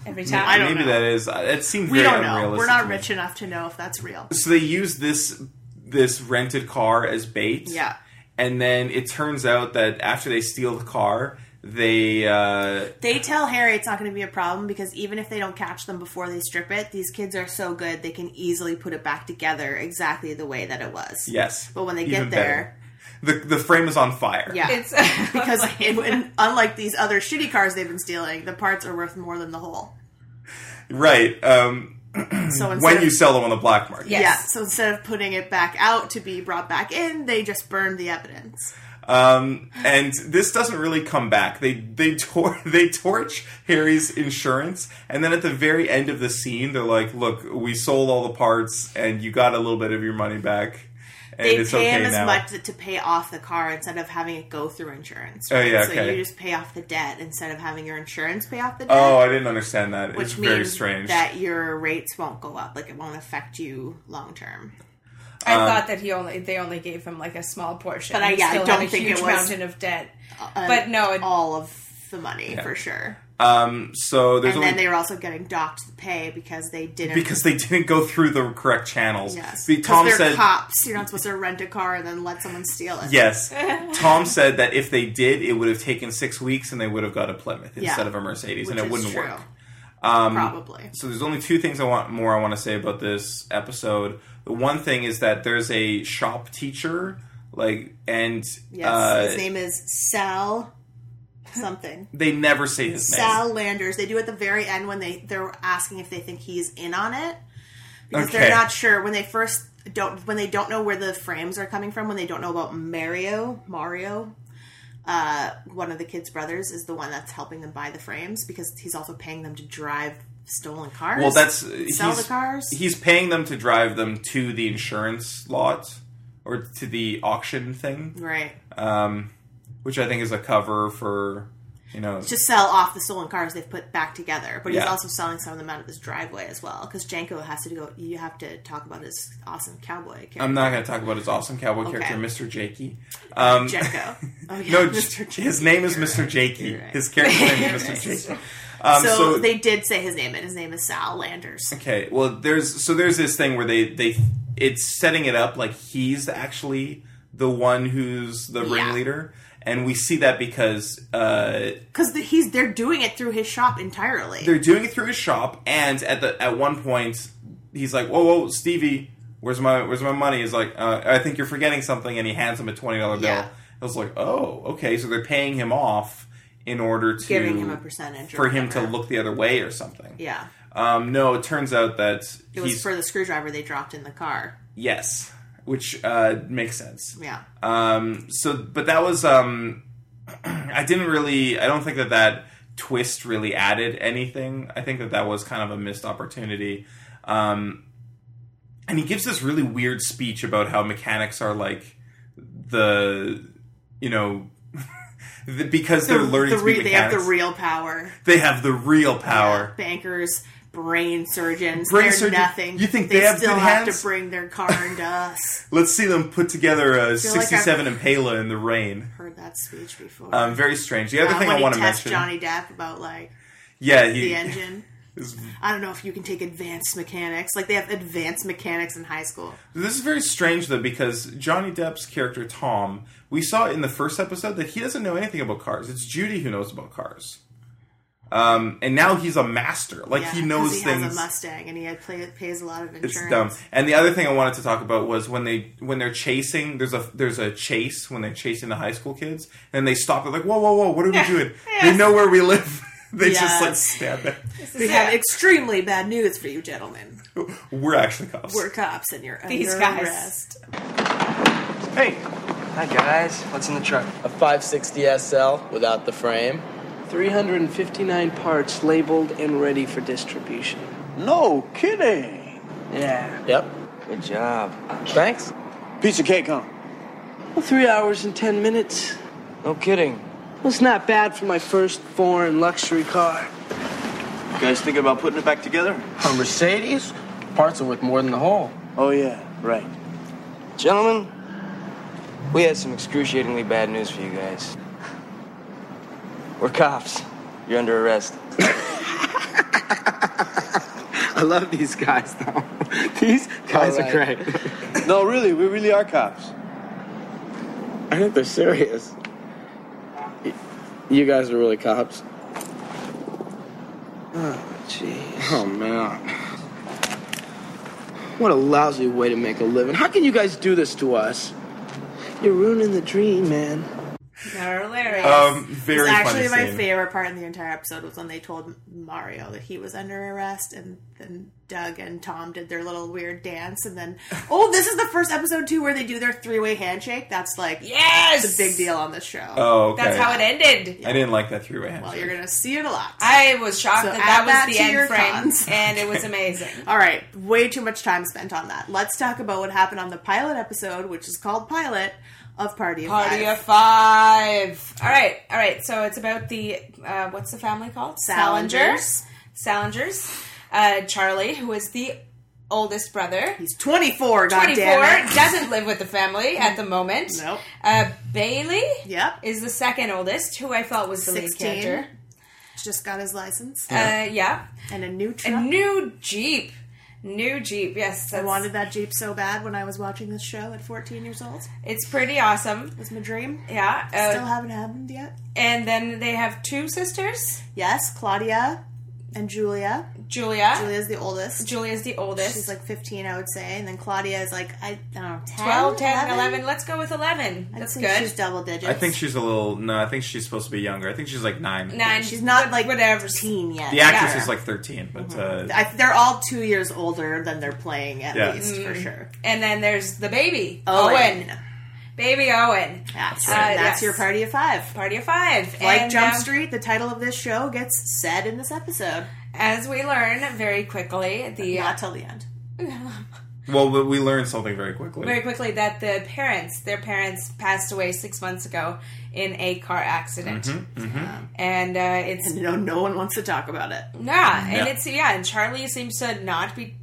[SPEAKER 2] Every time
[SPEAKER 4] I don't
[SPEAKER 3] maybe
[SPEAKER 4] know.
[SPEAKER 3] that is. uh, It seemed
[SPEAKER 4] we
[SPEAKER 3] very
[SPEAKER 4] don't know.
[SPEAKER 3] unrealistic.
[SPEAKER 4] We're not
[SPEAKER 3] to me.
[SPEAKER 4] rich enough to know if that's real.
[SPEAKER 3] So they use this this rented car as bait.
[SPEAKER 4] Yeah.
[SPEAKER 3] And then it turns out that after they steal the car, they uh,
[SPEAKER 4] They tell Harry it's not going to be a problem because even if they don't catch them before they strip it, these kids are so good they can easily put it back together exactly the way that it was.
[SPEAKER 3] yes.
[SPEAKER 4] But when they
[SPEAKER 3] even
[SPEAKER 4] get there,
[SPEAKER 3] better. the the frame is on fire.
[SPEAKER 4] yeah,
[SPEAKER 2] it's
[SPEAKER 4] because in, in, unlike these other shitty cars they've been stealing, the parts are worth more than the whole.
[SPEAKER 3] Right. Um,
[SPEAKER 4] So instead
[SPEAKER 3] when
[SPEAKER 4] of,
[SPEAKER 3] you sell them on the black market.
[SPEAKER 2] Yes.
[SPEAKER 4] yeah, so instead of putting it back out to be brought back in, they just burn the evidence.
[SPEAKER 3] Um, and this doesn't really come back. They they tor- they torch Harry's insurance, and then at the very end of the scene, they're like, "Look, we sold all the parts, and you got a little bit of your money back, and
[SPEAKER 4] they
[SPEAKER 3] it's
[SPEAKER 4] pay
[SPEAKER 3] okay
[SPEAKER 4] him as
[SPEAKER 3] now."
[SPEAKER 4] much to pay off the car instead of having it go through insurance.
[SPEAKER 3] Oh,
[SPEAKER 4] right?
[SPEAKER 3] yeah,
[SPEAKER 4] So
[SPEAKER 3] okay.
[SPEAKER 4] you just pay off the debt instead of having your insurance pay off the debt.
[SPEAKER 3] Oh, I didn't understand that.
[SPEAKER 4] which
[SPEAKER 3] it's
[SPEAKER 4] means
[SPEAKER 3] very strange.
[SPEAKER 4] that your rates won't go up. Like it won't affect you long term.
[SPEAKER 2] I
[SPEAKER 3] Um,
[SPEAKER 2] thought that he only they only gave him like a small portion.
[SPEAKER 4] But I-
[SPEAKER 2] He
[SPEAKER 4] yeah, I
[SPEAKER 2] still
[SPEAKER 4] don't
[SPEAKER 2] had a
[SPEAKER 4] think
[SPEAKER 2] huge
[SPEAKER 4] it was-
[SPEAKER 2] mountain of debt. but no, it,
[SPEAKER 4] all of the money for sure.
[SPEAKER 3] um, so there's
[SPEAKER 4] and
[SPEAKER 3] only
[SPEAKER 4] then they were also getting docked the pay because they didn't
[SPEAKER 3] because they didn't go through the correct channels.
[SPEAKER 4] yes
[SPEAKER 3] Be-
[SPEAKER 4] because
[SPEAKER 3] Tom
[SPEAKER 4] they're
[SPEAKER 3] said.
[SPEAKER 4] cops. You're not supposed to rent a car and then let someone steal it.
[SPEAKER 3] Yes. Tom said that if they did, it would have taken six weeks and they would have got a Plymouth
[SPEAKER 4] Yeah.
[SPEAKER 3] instead of a Mercedes, and
[SPEAKER 4] Which
[SPEAKER 3] it
[SPEAKER 4] is
[SPEAKER 3] wouldn't
[SPEAKER 4] true.
[SPEAKER 3] work. Um,
[SPEAKER 4] Probably.
[SPEAKER 3] So there's only two things I want more I want to say about this episode. The one thing is that there's a shop teacher, like, and
[SPEAKER 4] Yes,
[SPEAKER 3] uh,
[SPEAKER 4] his name is Sal something.
[SPEAKER 3] they never say his name.
[SPEAKER 4] Sal Landers. They do at the very end when they they're asking if they think he's in on it because
[SPEAKER 3] Okay.
[SPEAKER 4] they're not sure when they first don't when they don't know where the frames are coming from when they don't know about Mario Mario. Uh, one of the kids' brothers is the one that's helping them buy the frames because he's also paying them to drive stolen cars.
[SPEAKER 3] Well, that's
[SPEAKER 4] sell
[SPEAKER 3] he's-
[SPEAKER 4] the cars.
[SPEAKER 3] He's paying them to drive them to the insurance lot or to the auction thing,
[SPEAKER 4] right
[SPEAKER 3] um, which I think is a cover for you know
[SPEAKER 4] to sell off the stolen cars they've put back together. But he's
[SPEAKER 3] Yeah.
[SPEAKER 4] also selling some of them out of his driveway as well because Janko has to go. You have to talk about his awesome cowboy character.
[SPEAKER 3] I'm not going to talk about his awesome cowboy
[SPEAKER 4] Okay.
[SPEAKER 3] character, Mr. Jakey. Um,
[SPEAKER 4] Janko. Oh, yeah,
[SPEAKER 3] no,
[SPEAKER 4] Mr. Jakey.
[SPEAKER 3] his name is Mr. Jakey. His character name is Mr. Jakey. Um,
[SPEAKER 4] so, they did say his name, and his name is Sal Landers.
[SPEAKER 3] Okay, well, there's so there's this thing where they they it's setting it up like he's actually the one who's the
[SPEAKER 4] Yeah.
[SPEAKER 3] ringleader, and we see that because uh,
[SPEAKER 4] Because he's they're doing it through his shop entirely.
[SPEAKER 3] they're doing it through his shop, and at the at one point he's like, "Whoa, whoa, Stevie, where's my where's my money?" He's like, uh, "I think you're forgetting something," and he hands him a twenty dollar bill.
[SPEAKER 4] Yeah.
[SPEAKER 3] I was like, "Oh, okay." So they're paying him off in order to
[SPEAKER 4] Giving him a percentage or
[SPEAKER 3] for him to
[SPEAKER 4] whatever.
[SPEAKER 3] look the other way or something.
[SPEAKER 4] yeah,
[SPEAKER 3] Um, no, it turns out that
[SPEAKER 4] it was
[SPEAKER 3] he's
[SPEAKER 4] for the screwdriver they dropped in the car.
[SPEAKER 3] yes, which uh, makes sense.
[SPEAKER 4] Yeah,
[SPEAKER 3] Um, so, but that was, um, I didn't really, I don't think that that twist really added anything. I think that that was kind of a missed opportunity. Um, and he gives this really weird speech about how mechanics are like the, you know, the, because they're learning
[SPEAKER 4] the
[SPEAKER 3] to be
[SPEAKER 4] re- they have
[SPEAKER 3] mechanics,
[SPEAKER 4] the real power.
[SPEAKER 3] they have the real power.
[SPEAKER 4] Bankers, brain surgeons,
[SPEAKER 3] Brain
[SPEAKER 4] they're
[SPEAKER 3] surgeon-
[SPEAKER 4] nothing.
[SPEAKER 3] you think they have
[SPEAKER 4] still
[SPEAKER 3] good
[SPEAKER 4] have
[SPEAKER 3] hands?
[SPEAKER 4] to bring their car into us?
[SPEAKER 3] Let's see them put together a
[SPEAKER 4] feel like I've-
[SPEAKER 3] 67 Impala in the rain.
[SPEAKER 4] Heard that speech before.
[SPEAKER 3] Um, very strange. The other
[SPEAKER 4] Uh,
[SPEAKER 3] thing
[SPEAKER 4] when
[SPEAKER 3] I want
[SPEAKER 4] he
[SPEAKER 3] to
[SPEAKER 4] tests
[SPEAKER 3] mention,
[SPEAKER 4] Johnny Depp about like
[SPEAKER 3] yeah, he,
[SPEAKER 4] the engine.
[SPEAKER 3] is-
[SPEAKER 4] I don't know if you can take advanced mechanics. Like they have advanced mechanics in high school.
[SPEAKER 3] This is very strange though because Johnny Depp's character Tom, we saw in the first episode that he doesn't know anything about cars. It's Judy who knows about cars. Um, and now he's a master. Like
[SPEAKER 4] Yeah,
[SPEAKER 3] he
[SPEAKER 4] 'cause
[SPEAKER 3] knows
[SPEAKER 4] he
[SPEAKER 3] things.
[SPEAKER 4] has a Mustang and he had play, pays a lot of insurance.
[SPEAKER 3] it's dumb. And the other thing I wanted to talk about was when they when they're chasing. There's a there's a chase when they're chasing the high school kids, and they stop. They're like, whoa, whoa, whoa! What are we doing? They know where we live. they just like
[SPEAKER 4] Yes.
[SPEAKER 3] stand there.
[SPEAKER 4] We have extremely bad news for you, gentlemen.
[SPEAKER 3] We're actually cops.
[SPEAKER 4] We're cops and you're
[SPEAKER 2] These
[SPEAKER 4] under
[SPEAKER 2] guys.
[SPEAKER 4] arrest.
[SPEAKER 10] Hey. Hi, guys. What's in the truck?
[SPEAKER 8] A 560 SL without the frame.
[SPEAKER 7] 359 parts labeled and ready for distribution.
[SPEAKER 10] No kidding.
[SPEAKER 7] Yeah.
[SPEAKER 8] Yep.
[SPEAKER 9] Good job. Thanks.
[SPEAKER 10] Piece of cake, huh?
[SPEAKER 7] Well, three hours and 10 minutes.
[SPEAKER 9] No kidding.
[SPEAKER 7] Well, it's not bad for my first foreign luxury car.
[SPEAKER 10] You guys think about putting it back together?
[SPEAKER 7] A Mercedes? Parts are worth more than the whole.
[SPEAKER 10] Oh, yeah, right.
[SPEAKER 9] Gentlemen, we had some excruciatingly bad news for you guys. We're cops. You're under arrest.
[SPEAKER 8] I love these guys though. these guys
[SPEAKER 7] All
[SPEAKER 8] are
[SPEAKER 7] right.
[SPEAKER 8] great.
[SPEAKER 10] No, really, we really are cops.
[SPEAKER 8] I think they're serious. Y- You guys are really cops.
[SPEAKER 7] Jeez.
[SPEAKER 8] Oh man. What a lousy way to make a living. How can you guys do this to us?
[SPEAKER 7] You're ruining the dream, man.
[SPEAKER 2] Not hilarious.
[SPEAKER 4] hilarious.
[SPEAKER 3] Um, very
[SPEAKER 4] It's
[SPEAKER 3] funny
[SPEAKER 4] actually my
[SPEAKER 3] scene.
[SPEAKER 4] favorite part in the entire episode was when they told Mario that he was under arrest, and then Doug and Tom did their little weird dance, and then oh, this is the first episode too where they do their three way handshake. That's like
[SPEAKER 2] Yes!
[SPEAKER 4] the big deal on this show.
[SPEAKER 3] Oh, okay.
[SPEAKER 2] That's how it ended.
[SPEAKER 3] I didn't like that three way
[SPEAKER 4] Well,
[SPEAKER 3] handshake.
[SPEAKER 4] you're gonna see it a lot.
[SPEAKER 2] I was shocked
[SPEAKER 4] So
[SPEAKER 2] that
[SPEAKER 4] add
[SPEAKER 2] that
[SPEAKER 4] that
[SPEAKER 2] was
[SPEAKER 4] to
[SPEAKER 2] the
[SPEAKER 4] your
[SPEAKER 2] end frame,
[SPEAKER 4] cons.
[SPEAKER 2] and it was amazing.
[SPEAKER 4] All right, way too much time spent on that. Let's talk about what happened on the pilot episode, which is called Pilot of Party of
[SPEAKER 2] Party
[SPEAKER 4] Five.
[SPEAKER 2] of five. All right, all right. So it's about the uh, what's the family called?
[SPEAKER 4] Salingers.
[SPEAKER 2] Salingers. Uh, Charlie, who is the oldest brother,
[SPEAKER 4] He's 24, goddammit.
[SPEAKER 2] 24, doesn't live with the family at the moment.
[SPEAKER 4] Nope.
[SPEAKER 2] Uh, Bailey
[SPEAKER 4] Yep.
[SPEAKER 2] is the second oldest, who I thought was the
[SPEAKER 4] 16.
[SPEAKER 2] lead character.
[SPEAKER 4] Just got his license
[SPEAKER 2] Uh, yeah.
[SPEAKER 4] and a new
[SPEAKER 2] A
[SPEAKER 4] truck.
[SPEAKER 2] new Jeep. New Jeep, yes.
[SPEAKER 4] I
[SPEAKER 2] that's-
[SPEAKER 4] wanted that Jeep so bad when I was watching this show at 14 years old.
[SPEAKER 2] It's pretty awesome.
[SPEAKER 4] It was my dream.
[SPEAKER 2] Yeah. Uh,
[SPEAKER 4] Still haven't happened yet.
[SPEAKER 2] and then they have two sisters,
[SPEAKER 4] Yes, Claudia and Julia.
[SPEAKER 2] Julia.
[SPEAKER 4] Julia's the oldest.
[SPEAKER 2] Julia's the oldest.
[SPEAKER 4] She's like 15, I would say. And then Claudia is like, I, I don't know, 10,
[SPEAKER 2] 12, 10, 11.
[SPEAKER 4] 11.
[SPEAKER 2] Let's go with 11.
[SPEAKER 4] I
[SPEAKER 2] That's
[SPEAKER 4] think
[SPEAKER 2] good.
[SPEAKER 4] she's double digits.
[SPEAKER 3] I think she's a little. No, I think she's supposed to be younger. I think she's like nine.
[SPEAKER 2] Nine.
[SPEAKER 4] She's not
[SPEAKER 2] Wh-
[SPEAKER 4] like
[SPEAKER 2] whatever.
[SPEAKER 4] teen yet.
[SPEAKER 3] The actress
[SPEAKER 2] Yeah. Mm-hmm.
[SPEAKER 3] is like thirteen, but uh,
[SPEAKER 4] I, they're all two years older than they're playing, at
[SPEAKER 3] Yeah.
[SPEAKER 4] least for sure.
[SPEAKER 2] And then there's the baby,
[SPEAKER 4] Owen.
[SPEAKER 2] Mm-hmm. Owen. Baby Owen.
[SPEAKER 4] That's,
[SPEAKER 2] Uh,
[SPEAKER 4] right. that's
[SPEAKER 2] yes.
[SPEAKER 4] your party of five.
[SPEAKER 2] Party of five.
[SPEAKER 4] Like
[SPEAKER 2] And,
[SPEAKER 4] Jump
[SPEAKER 2] uh,
[SPEAKER 4] Street, the title of this show gets said in this episode,
[SPEAKER 2] as we learn very quickly, the uh,
[SPEAKER 4] not till the end.
[SPEAKER 3] well, we- we learned something very quickly.
[SPEAKER 2] very quickly that the parents, their parents, passed away six months ago in a car accident, and uh, it's
[SPEAKER 4] No, no one wants to talk about it.
[SPEAKER 2] yeah, and
[SPEAKER 3] Yeah.
[SPEAKER 2] it's yeah, and Charlie seems to not be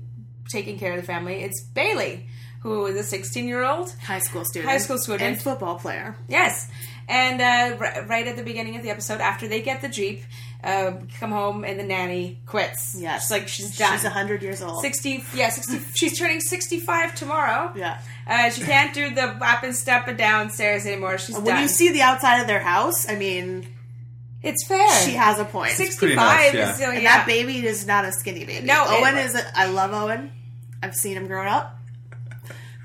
[SPEAKER 2] taking care of the family. It's Bailey, who is a sixteen-year-old
[SPEAKER 4] High school student,
[SPEAKER 2] High school student.
[SPEAKER 4] and football player.
[SPEAKER 2] Yes. And uh, r- right at the beginning of the episode, after they get the Jeep, uh, come home and the nanny quits.
[SPEAKER 4] Yes.
[SPEAKER 2] She's like, she's done.
[SPEAKER 4] She's hundred years old.
[SPEAKER 2] 60, yeah, 60, she's turning 65 tomorrow.
[SPEAKER 4] Yeah.
[SPEAKER 2] Uh, she can't do the up and step and downstairs anymore. She's
[SPEAKER 4] When
[SPEAKER 2] done.
[SPEAKER 4] you see the outside of their house, I mean,
[SPEAKER 2] it's fair.
[SPEAKER 4] she has a point.
[SPEAKER 2] 65
[SPEAKER 3] pretty nice, yeah.
[SPEAKER 2] is still,
[SPEAKER 4] and
[SPEAKER 2] Oh, yeah.
[SPEAKER 4] that baby is not a skinny baby.
[SPEAKER 2] No, it-
[SPEAKER 4] Owen is. A, I love Owen. I've seen him growing up.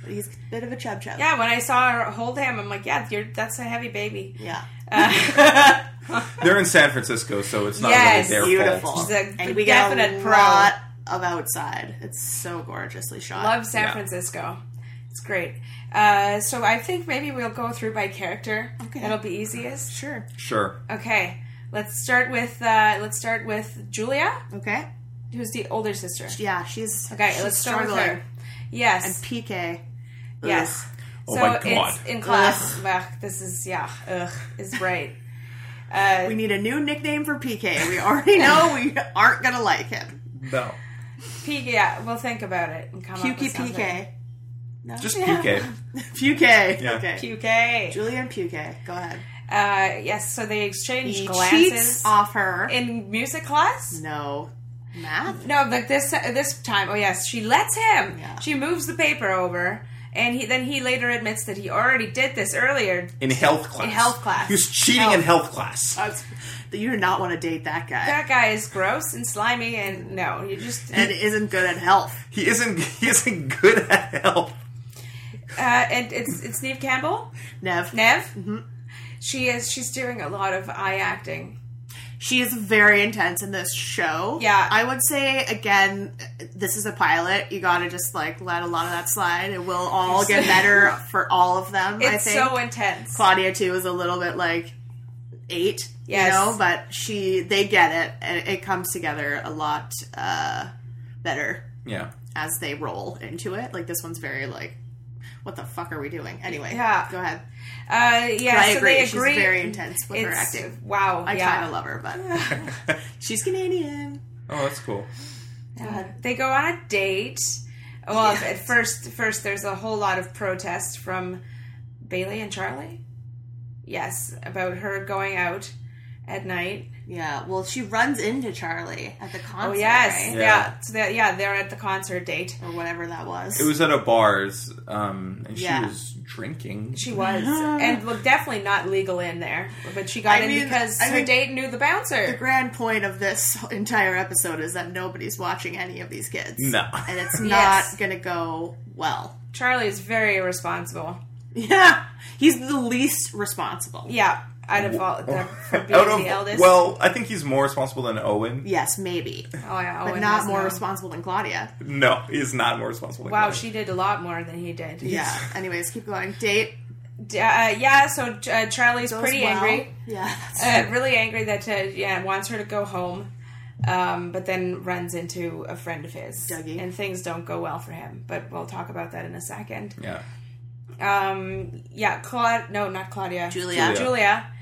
[SPEAKER 4] But he's a bit of a chub chub.
[SPEAKER 2] yeah, when I saw her hold him, I'm like, yeah, you're, that's a heavy baby. Uh,
[SPEAKER 4] Yeah.
[SPEAKER 3] They're in San Francisco, so it's not
[SPEAKER 2] Yes,
[SPEAKER 3] really their
[SPEAKER 4] Beautiful.
[SPEAKER 3] fault.
[SPEAKER 2] She's a
[SPEAKER 4] and we get a
[SPEAKER 2] definite pro.
[SPEAKER 4] lot of outside. It's so gorgeously shot.
[SPEAKER 2] Love San
[SPEAKER 3] Yeah.
[SPEAKER 2] Francisco. It's great. Uh, so I think maybe we'll go through by character.
[SPEAKER 4] Okay.
[SPEAKER 2] That'll be easiest.
[SPEAKER 4] Sure.
[SPEAKER 3] Sure.
[SPEAKER 2] Okay. Let's start with uh, let's start with Julia,
[SPEAKER 4] Okay.
[SPEAKER 2] who's the older sister.
[SPEAKER 4] Yeah, she's
[SPEAKER 2] Okay,
[SPEAKER 4] She's
[SPEAKER 2] let's start with
[SPEAKER 4] struggling.
[SPEAKER 2] her. Yes.
[SPEAKER 4] And PK.
[SPEAKER 2] yes.
[SPEAKER 3] Oh
[SPEAKER 2] so
[SPEAKER 3] my God.
[SPEAKER 2] it's in class. Ugh, this is yeah. Ugh, is right. Uh,
[SPEAKER 4] We need a new nickname for PK. We already know we aren't gonna like him.
[SPEAKER 3] No.
[SPEAKER 2] PK. Yeah, we'll think about it and come up
[SPEAKER 4] Pukey
[SPEAKER 2] with something.
[SPEAKER 4] PK.
[SPEAKER 3] Just PK.
[SPEAKER 4] PK.
[SPEAKER 3] Yeah.
[SPEAKER 4] Okay.
[SPEAKER 2] PK.
[SPEAKER 4] Julia and PK. Go ahead.
[SPEAKER 2] Uh, yes. So they exchange
[SPEAKER 4] He
[SPEAKER 2] glances
[SPEAKER 4] cheats off her.
[SPEAKER 2] in music class.
[SPEAKER 4] no. Math.
[SPEAKER 2] No, but this this time, oh yes, she lets him.
[SPEAKER 4] Yeah.
[SPEAKER 2] She moves the paper over, and he then he later admits that he already did this earlier.
[SPEAKER 3] In health class.
[SPEAKER 2] In health class.
[SPEAKER 3] He was cheating in health class.
[SPEAKER 4] That's- You do not want to date that guy.
[SPEAKER 2] That guy is gross and slimy, and no, you just
[SPEAKER 4] and isn't good at health.
[SPEAKER 3] He isn't. He isn't good at health.
[SPEAKER 2] uh, and it's it's Neve Campbell,
[SPEAKER 4] Nev.
[SPEAKER 2] Nev. She is she's doing a lot of eye acting.
[SPEAKER 4] She is very intense in this show.
[SPEAKER 2] Yeah.
[SPEAKER 4] I would say again, this is a pilot. You gotta just like let a lot of that slide. It will all get better for all of them. I
[SPEAKER 2] It's
[SPEAKER 4] think
[SPEAKER 2] so intense.
[SPEAKER 4] Claudia too is a little bit like eight,
[SPEAKER 2] Yes.
[SPEAKER 4] you know, but she they get it and it comes together a lot uh, better
[SPEAKER 3] Yeah.
[SPEAKER 4] as they roll into it. Like this one's very like, what the fuck are we doing? Anyway,
[SPEAKER 2] Yeah.
[SPEAKER 4] go ahead.
[SPEAKER 2] Uh, yeah,
[SPEAKER 4] I
[SPEAKER 2] so
[SPEAKER 4] agree.
[SPEAKER 2] they
[SPEAKER 4] She's
[SPEAKER 2] agree.
[SPEAKER 4] very intense with her
[SPEAKER 2] It's-
[SPEAKER 4] acting.
[SPEAKER 2] Wow,
[SPEAKER 4] I
[SPEAKER 2] yeah.
[SPEAKER 4] kind of love her, but she's Canadian.
[SPEAKER 3] Oh, that's cool.
[SPEAKER 2] They go on a date. Well, at first, first there's a whole lot of protest from Bailey and Charlie. Yes, about her going out at night.
[SPEAKER 4] Yeah, well, she runs into Charlie at the concert,
[SPEAKER 2] Oh yes,
[SPEAKER 4] right?
[SPEAKER 2] yeah.
[SPEAKER 3] Yeah.
[SPEAKER 2] So they, yeah, they're at the concert date.
[SPEAKER 4] or whatever that was.
[SPEAKER 3] It was at a bar's, um, and she
[SPEAKER 4] Yeah.
[SPEAKER 3] was drinking.
[SPEAKER 2] She was, and well, definitely not legal in there, but she got
[SPEAKER 4] I
[SPEAKER 2] in
[SPEAKER 4] mean,
[SPEAKER 2] because
[SPEAKER 4] I
[SPEAKER 2] her
[SPEAKER 4] mean-
[SPEAKER 2] date knew the
[SPEAKER 4] the
[SPEAKER 2] bouncer.
[SPEAKER 4] grand point of this entire episode is that nobody's watching any of these kids.
[SPEAKER 3] No.
[SPEAKER 4] and it's not
[SPEAKER 2] Yes.
[SPEAKER 4] gonna go well.
[SPEAKER 2] Charlie is very irresponsible.
[SPEAKER 4] Yeah, he's the least responsible.
[SPEAKER 2] Yeah, out of all the, for being
[SPEAKER 3] oh. Out of-
[SPEAKER 2] the eldest.
[SPEAKER 3] well, I think he's more responsible than Owen.
[SPEAKER 4] Yes, maybe.
[SPEAKER 2] oh yeah,
[SPEAKER 4] but
[SPEAKER 2] Owen
[SPEAKER 4] not
[SPEAKER 2] has
[SPEAKER 4] more
[SPEAKER 2] no-
[SPEAKER 4] responsible than Claudia.
[SPEAKER 3] No, he's not more responsible. Than
[SPEAKER 2] Wow,
[SPEAKER 3] Claudia.
[SPEAKER 2] she did a lot more than he did.
[SPEAKER 4] Yeah. Anyways, keep going. Date.
[SPEAKER 2] D- uh, yeah. So uh, Charlie's
[SPEAKER 4] goes
[SPEAKER 2] pretty
[SPEAKER 4] well.
[SPEAKER 2] angry,
[SPEAKER 4] Yeah.
[SPEAKER 2] uh, really angry that uh, yeah wants her to go home, um, but then runs into a friend of his,
[SPEAKER 4] Dougie.
[SPEAKER 2] and things don't go well for him. But we'll talk about that in a second.
[SPEAKER 3] Yeah.
[SPEAKER 2] um yeah claude no not claudia
[SPEAKER 4] Julia.
[SPEAKER 3] Julia.
[SPEAKER 2] julia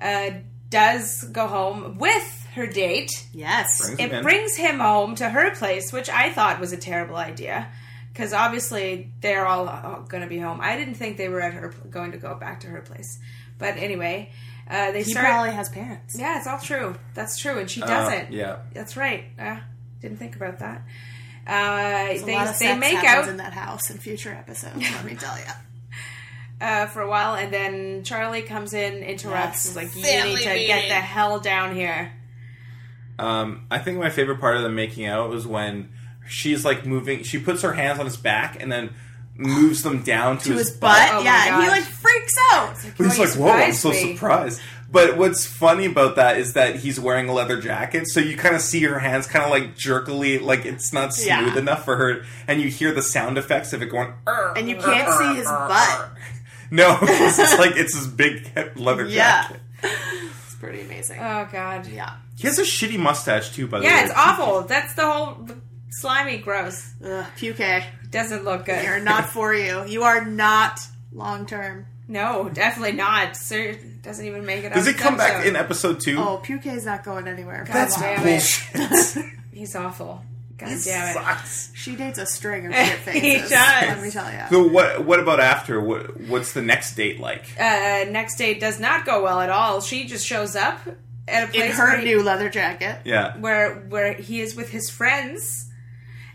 [SPEAKER 2] uh does go home with her date
[SPEAKER 4] Yes.
[SPEAKER 3] Brings him
[SPEAKER 2] it
[SPEAKER 3] in.
[SPEAKER 2] brings him home to her place which i thought was a terrible idea because obviously they're all uh, gonna be home i didn't think they were at her going to go back to her place but anyway uh they
[SPEAKER 4] He
[SPEAKER 2] start
[SPEAKER 4] probably has parents.
[SPEAKER 2] yeah it's all true that's true and she
[SPEAKER 3] Uh,
[SPEAKER 2] doesn't
[SPEAKER 3] yeah.
[SPEAKER 2] that's right uh, didn't think about that uh,
[SPEAKER 4] A
[SPEAKER 2] they,
[SPEAKER 4] lot of
[SPEAKER 2] they
[SPEAKER 4] sex
[SPEAKER 2] make
[SPEAKER 4] happens
[SPEAKER 2] out
[SPEAKER 4] in that house in future episodes. let me tell you.
[SPEAKER 2] uh, for a while, and then Charlie comes in, interrupts,
[SPEAKER 4] Yes.
[SPEAKER 2] is like, "You
[SPEAKER 4] Family
[SPEAKER 2] need to get
[SPEAKER 4] meeting.
[SPEAKER 2] the hell down here."
[SPEAKER 3] Um, I think my favorite part of them making out was when she's like moving. She puts her hands on his back and then moves them down to,
[SPEAKER 4] To his butt.
[SPEAKER 2] Oh my
[SPEAKER 4] yeah. and he
[SPEAKER 2] God.
[SPEAKER 4] like freaks out.
[SPEAKER 2] Well,
[SPEAKER 3] He's
[SPEAKER 2] you
[SPEAKER 3] like, "Whoa, I'm
[SPEAKER 2] surprised
[SPEAKER 3] so
[SPEAKER 2] me."
[SPEAKER 3] surprised." But what's funny about that is that he's wearing a leather jacket, so you kind of see her hands kind of like jerkily, like it's not smooth
[SPEAKER 4] Yeah.
[SPEAKER 3] enough for her, and you hear the sound effects of it going. "Arr,
[SPEAKER 4] And you
[SPEAKER 3] arr,
[SPEAKER 4] can't
[SPEAKER 3] arr,
[SPEAKER 4] see his
[SPEAKER 3] arr,
[SPEAKER 4] butt.
[SPEAKER 3] arr." No, it's just like it's his big leather
[SPEAKER 4] Yeah.
[SPEAKER 3] jacket.
[SPEAKER 4] It's pretty amazing.
[SPEAKER 2] Oh God, yeah,
[SPEAKER 4] yeah.
[SPEAKER 3] He has a shitty mustache too, by the way.
[SPEAKER 2] it's awful. That's the whole slimy, gross.
[SPEAKER 4] Ugh, puke.
[SPEAKER 2] Doesn't look good.
[SPEAKER 4] They're not for you. You are not long term.
[SPEAKER 2] no, definitely not. Sir, doesn't even make it.
[SPEAKER 3] Does
[SPEAKER 2] out
[SPEAKER 3] it
[SPEAKER 2] of
[SPEAKER 3] come back
[SPEAKER 2] episode.
[SPEAKER 3] in episode two?
[SPEAKER 4] Oh, puke is not going anywhere.
[SPEAKER 2] That's
[SPEAKER 4] Come on.
[SPEAKER 2] damn it. He's awful. God damn it.
[SPEAKER 3] Sucks.
[SPEAKER 4] She dates a string of shit faces.
[SPEAKER 2] He does.
[SPEAKER 4] Let me tell you.
[SPEAKER 3] So what? What about after? What, what's the next date like?
[SPEAKER 2] Uh, next date does not go well at all. She just shows up at a place
[SPEAKER 4] In her
[SPEAKER 2] where he-
[SPEAKER 4] new leather jacket.
[SPEAKER 3] yeah.
[SPEAKER 2] where where he is with his friends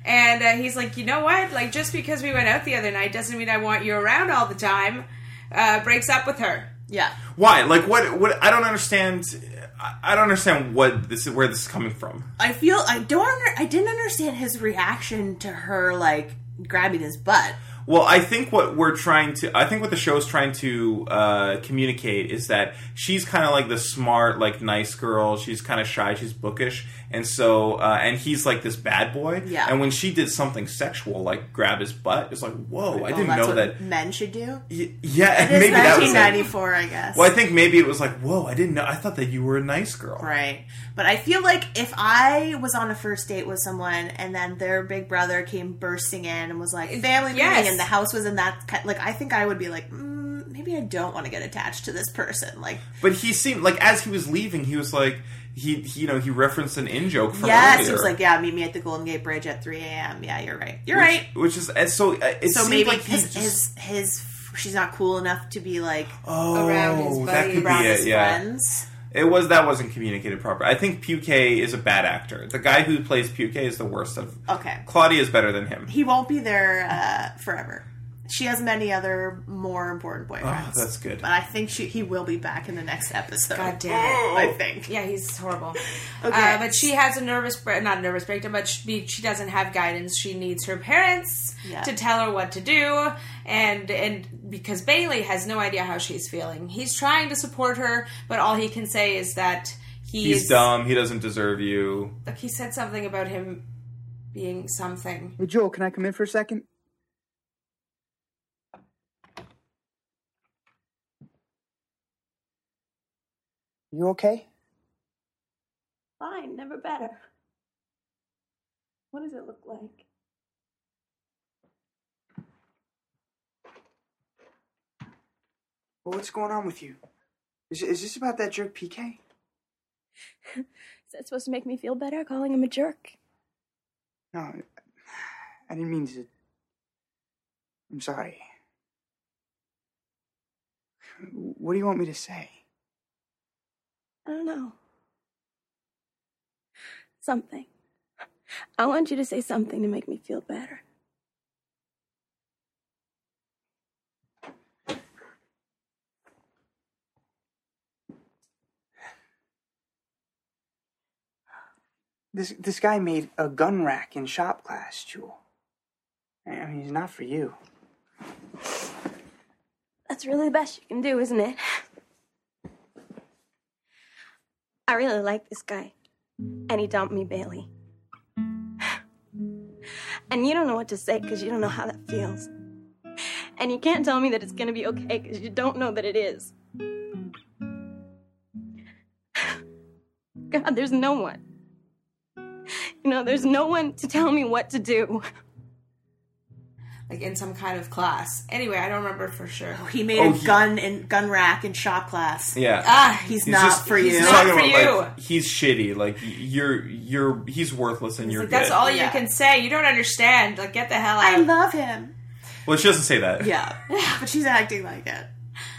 [SPEAKER 2] and uh, he's like you know what like just because we went out the other night doesn't mean i want you around all the time uh, breaks up with her
[SPEAKER 4] Yeah.
[SPEAKER 3] Why? Like what? What? I don't understand. I, I don't understand what this is. Where this is coming from?
[SPEAKER 4] I feel I don't under, I didn't understand his reaction to her like grabbing his butt.
[SPEAKER 3] Well, I think what we're trying to, I think what the show's trying to uh, communicate is that she's kind of like the smart, like nice girl. She's kind of shy. She's bookish, and so, uh, and he's like this bad boy.
[SPEAKER 4] Yeah.
[SPEAKER 3] And when she did something sexual, like grab his butt, it's like, whoa! I didn't
[SPEAKER 4] Well, Oh, that's
[SPEAKER 3] know
[SPEAKER 4] what
[SPEAKER 3] that.
[SPEAKER 4] men should do.
[SPEAKER 3] Y- yeah,
[SPEAKER 4] It's
[SPEAKER 3] maybe that was. it.
[SPEAKER 4] 1994, I guess.
[SPEAKER 3] Well, I think maybe it was like, whoa! I didn't know. I thought that you were a nice girl.
[SPEAKER 4] Right. But I feel like if I was on a first date with someone and then their big brother came bursting in and was like, family
[SPEAKER 2] Yes.
[SPEAKER 4] meeting and the house was in that, ki- like, I think I would be like, mm, maybe I don't want to get attached to this person. Like,
[SPEAKER 3] But he seemed like as he was leaving, he was like he, he you know he referenced an in joke from
[SPEAKER 4] yes.
[SPEAKER 3] earlier.
[SPEAKER 4] It was like, yeah, meet me at the Golden Gate Bridge at 3 a.m. Yeah, you're right. You're
[SPEAKER 3] which,
[SPEAKER 4] right.
[SPEAKER 3] Which is and so uh, it
[SPEAKER 4] So
[SPEAKER 3] seemed
[SPEAKER 4] maybe
[SPEAKER 3] like he
[SPEAKER 4] his,
[SPEAKER 3] just
[SPEAKER 4] his, his, she's not cool enough to be like,
[SPEAKER 3] oh
[SPEAKER 2] around his
[SPEAKER 3] that
[SPEAKER 2] buddy,
[SPEAKER 3] could
[SPEAKER 2] around
[SPEAKER 3] be
[SPEAKER 4] his
[SPEAKER 3] it yeah
[SPEAKER 4] friends.
[SPEAKER 3] it was that wasn't communicated properly. I think Puquet is a bad actor. The guy who plays Puquet is the worst of.
[SPEAKER 4] Okay.
[SPEAKER 3] Claudia is better than him.
[SPEAKER 4] Oh. He won't be there uh, forever. She has many other more important boyfriends.
[SPEAKER 3] Oh, that's good.
[SPEAKER 4] But I think she, he will be back in the next episode.
[SPEAKER 2] God damn
[SPEAKER 4] I think.
[SPEAKER 2] yeah he's horrible
[SPEAKER 4] Okay.
[SPEAKER 2] uh, but she has a nervous bre- not a nervous breakdown but she, she doesn't have guidance she needs her parents
[SPEAKER 4] Yeah.
[SPEAKER 2] to tell her what to do and and because bailey has no idea how she's feeling he's trying to support her but all he can say is that he's,
[SPEAKER 3] He's dumb. He doesn't deserve you.
[SPEAKER 2] like he said something about him being something
[SPEAKER 10] Hey, Joel, can I come in for a second? You okay?
[SPEAKER 4] Fine, never better. What does it look like?
[SPEAKER 10] Well, what's going on with you? Is, is this about that jerk PK?
[SPEAKER 12] Is that supposed to make me feel better, calling him a jerk?
[SPEAKER 10] No, I didn't mean to. I'm sorry. What do you want me to say?
[SPEAKER 12] I don't know. Something. I want you to say something to make me feel better.
[SPEAKER 10] This this guy made a gun rack in shop class, Jewel. I I mean, he's not for you.
[SPEAKER 12] That's really the best you can do, isn't it? I really like this guy. And he dumped me, Bailey. And you don't know what to say because you don't know how that feels. And you can't tell me that it's going to be okay because you don't know that it is. God, there's no one. You know, there's no one to tell me what to do.
[SPEAKER 2] like in some kind of class. Anyway, I don't remember for sure.
[SPEAKER 4] He made
[SPEAKER 3] Oh,
[SPEAKER 4] a
[SPEAKER 3] he-
[SPEAKER 4] gun in gun rack in shop class.
[SPEAKER 3] Yeah.
[SPEAKER 4] Ah, he's, not for you.
[SPEAKER 3] talking about, like, he's shitty. Like y- you're, you're, he's worthless, and you're.
[SPEAKER 2] Like, that's
[SPEAKER 3] good.
[SPEAKER 2] all you can say. You don't understand. Like, get the hell out. I
[SPEAKER 4] love him.
[SPEAKER 3] Well, she doesn't say that.
[SPEAKER 4] Yeah, but she's acting like it.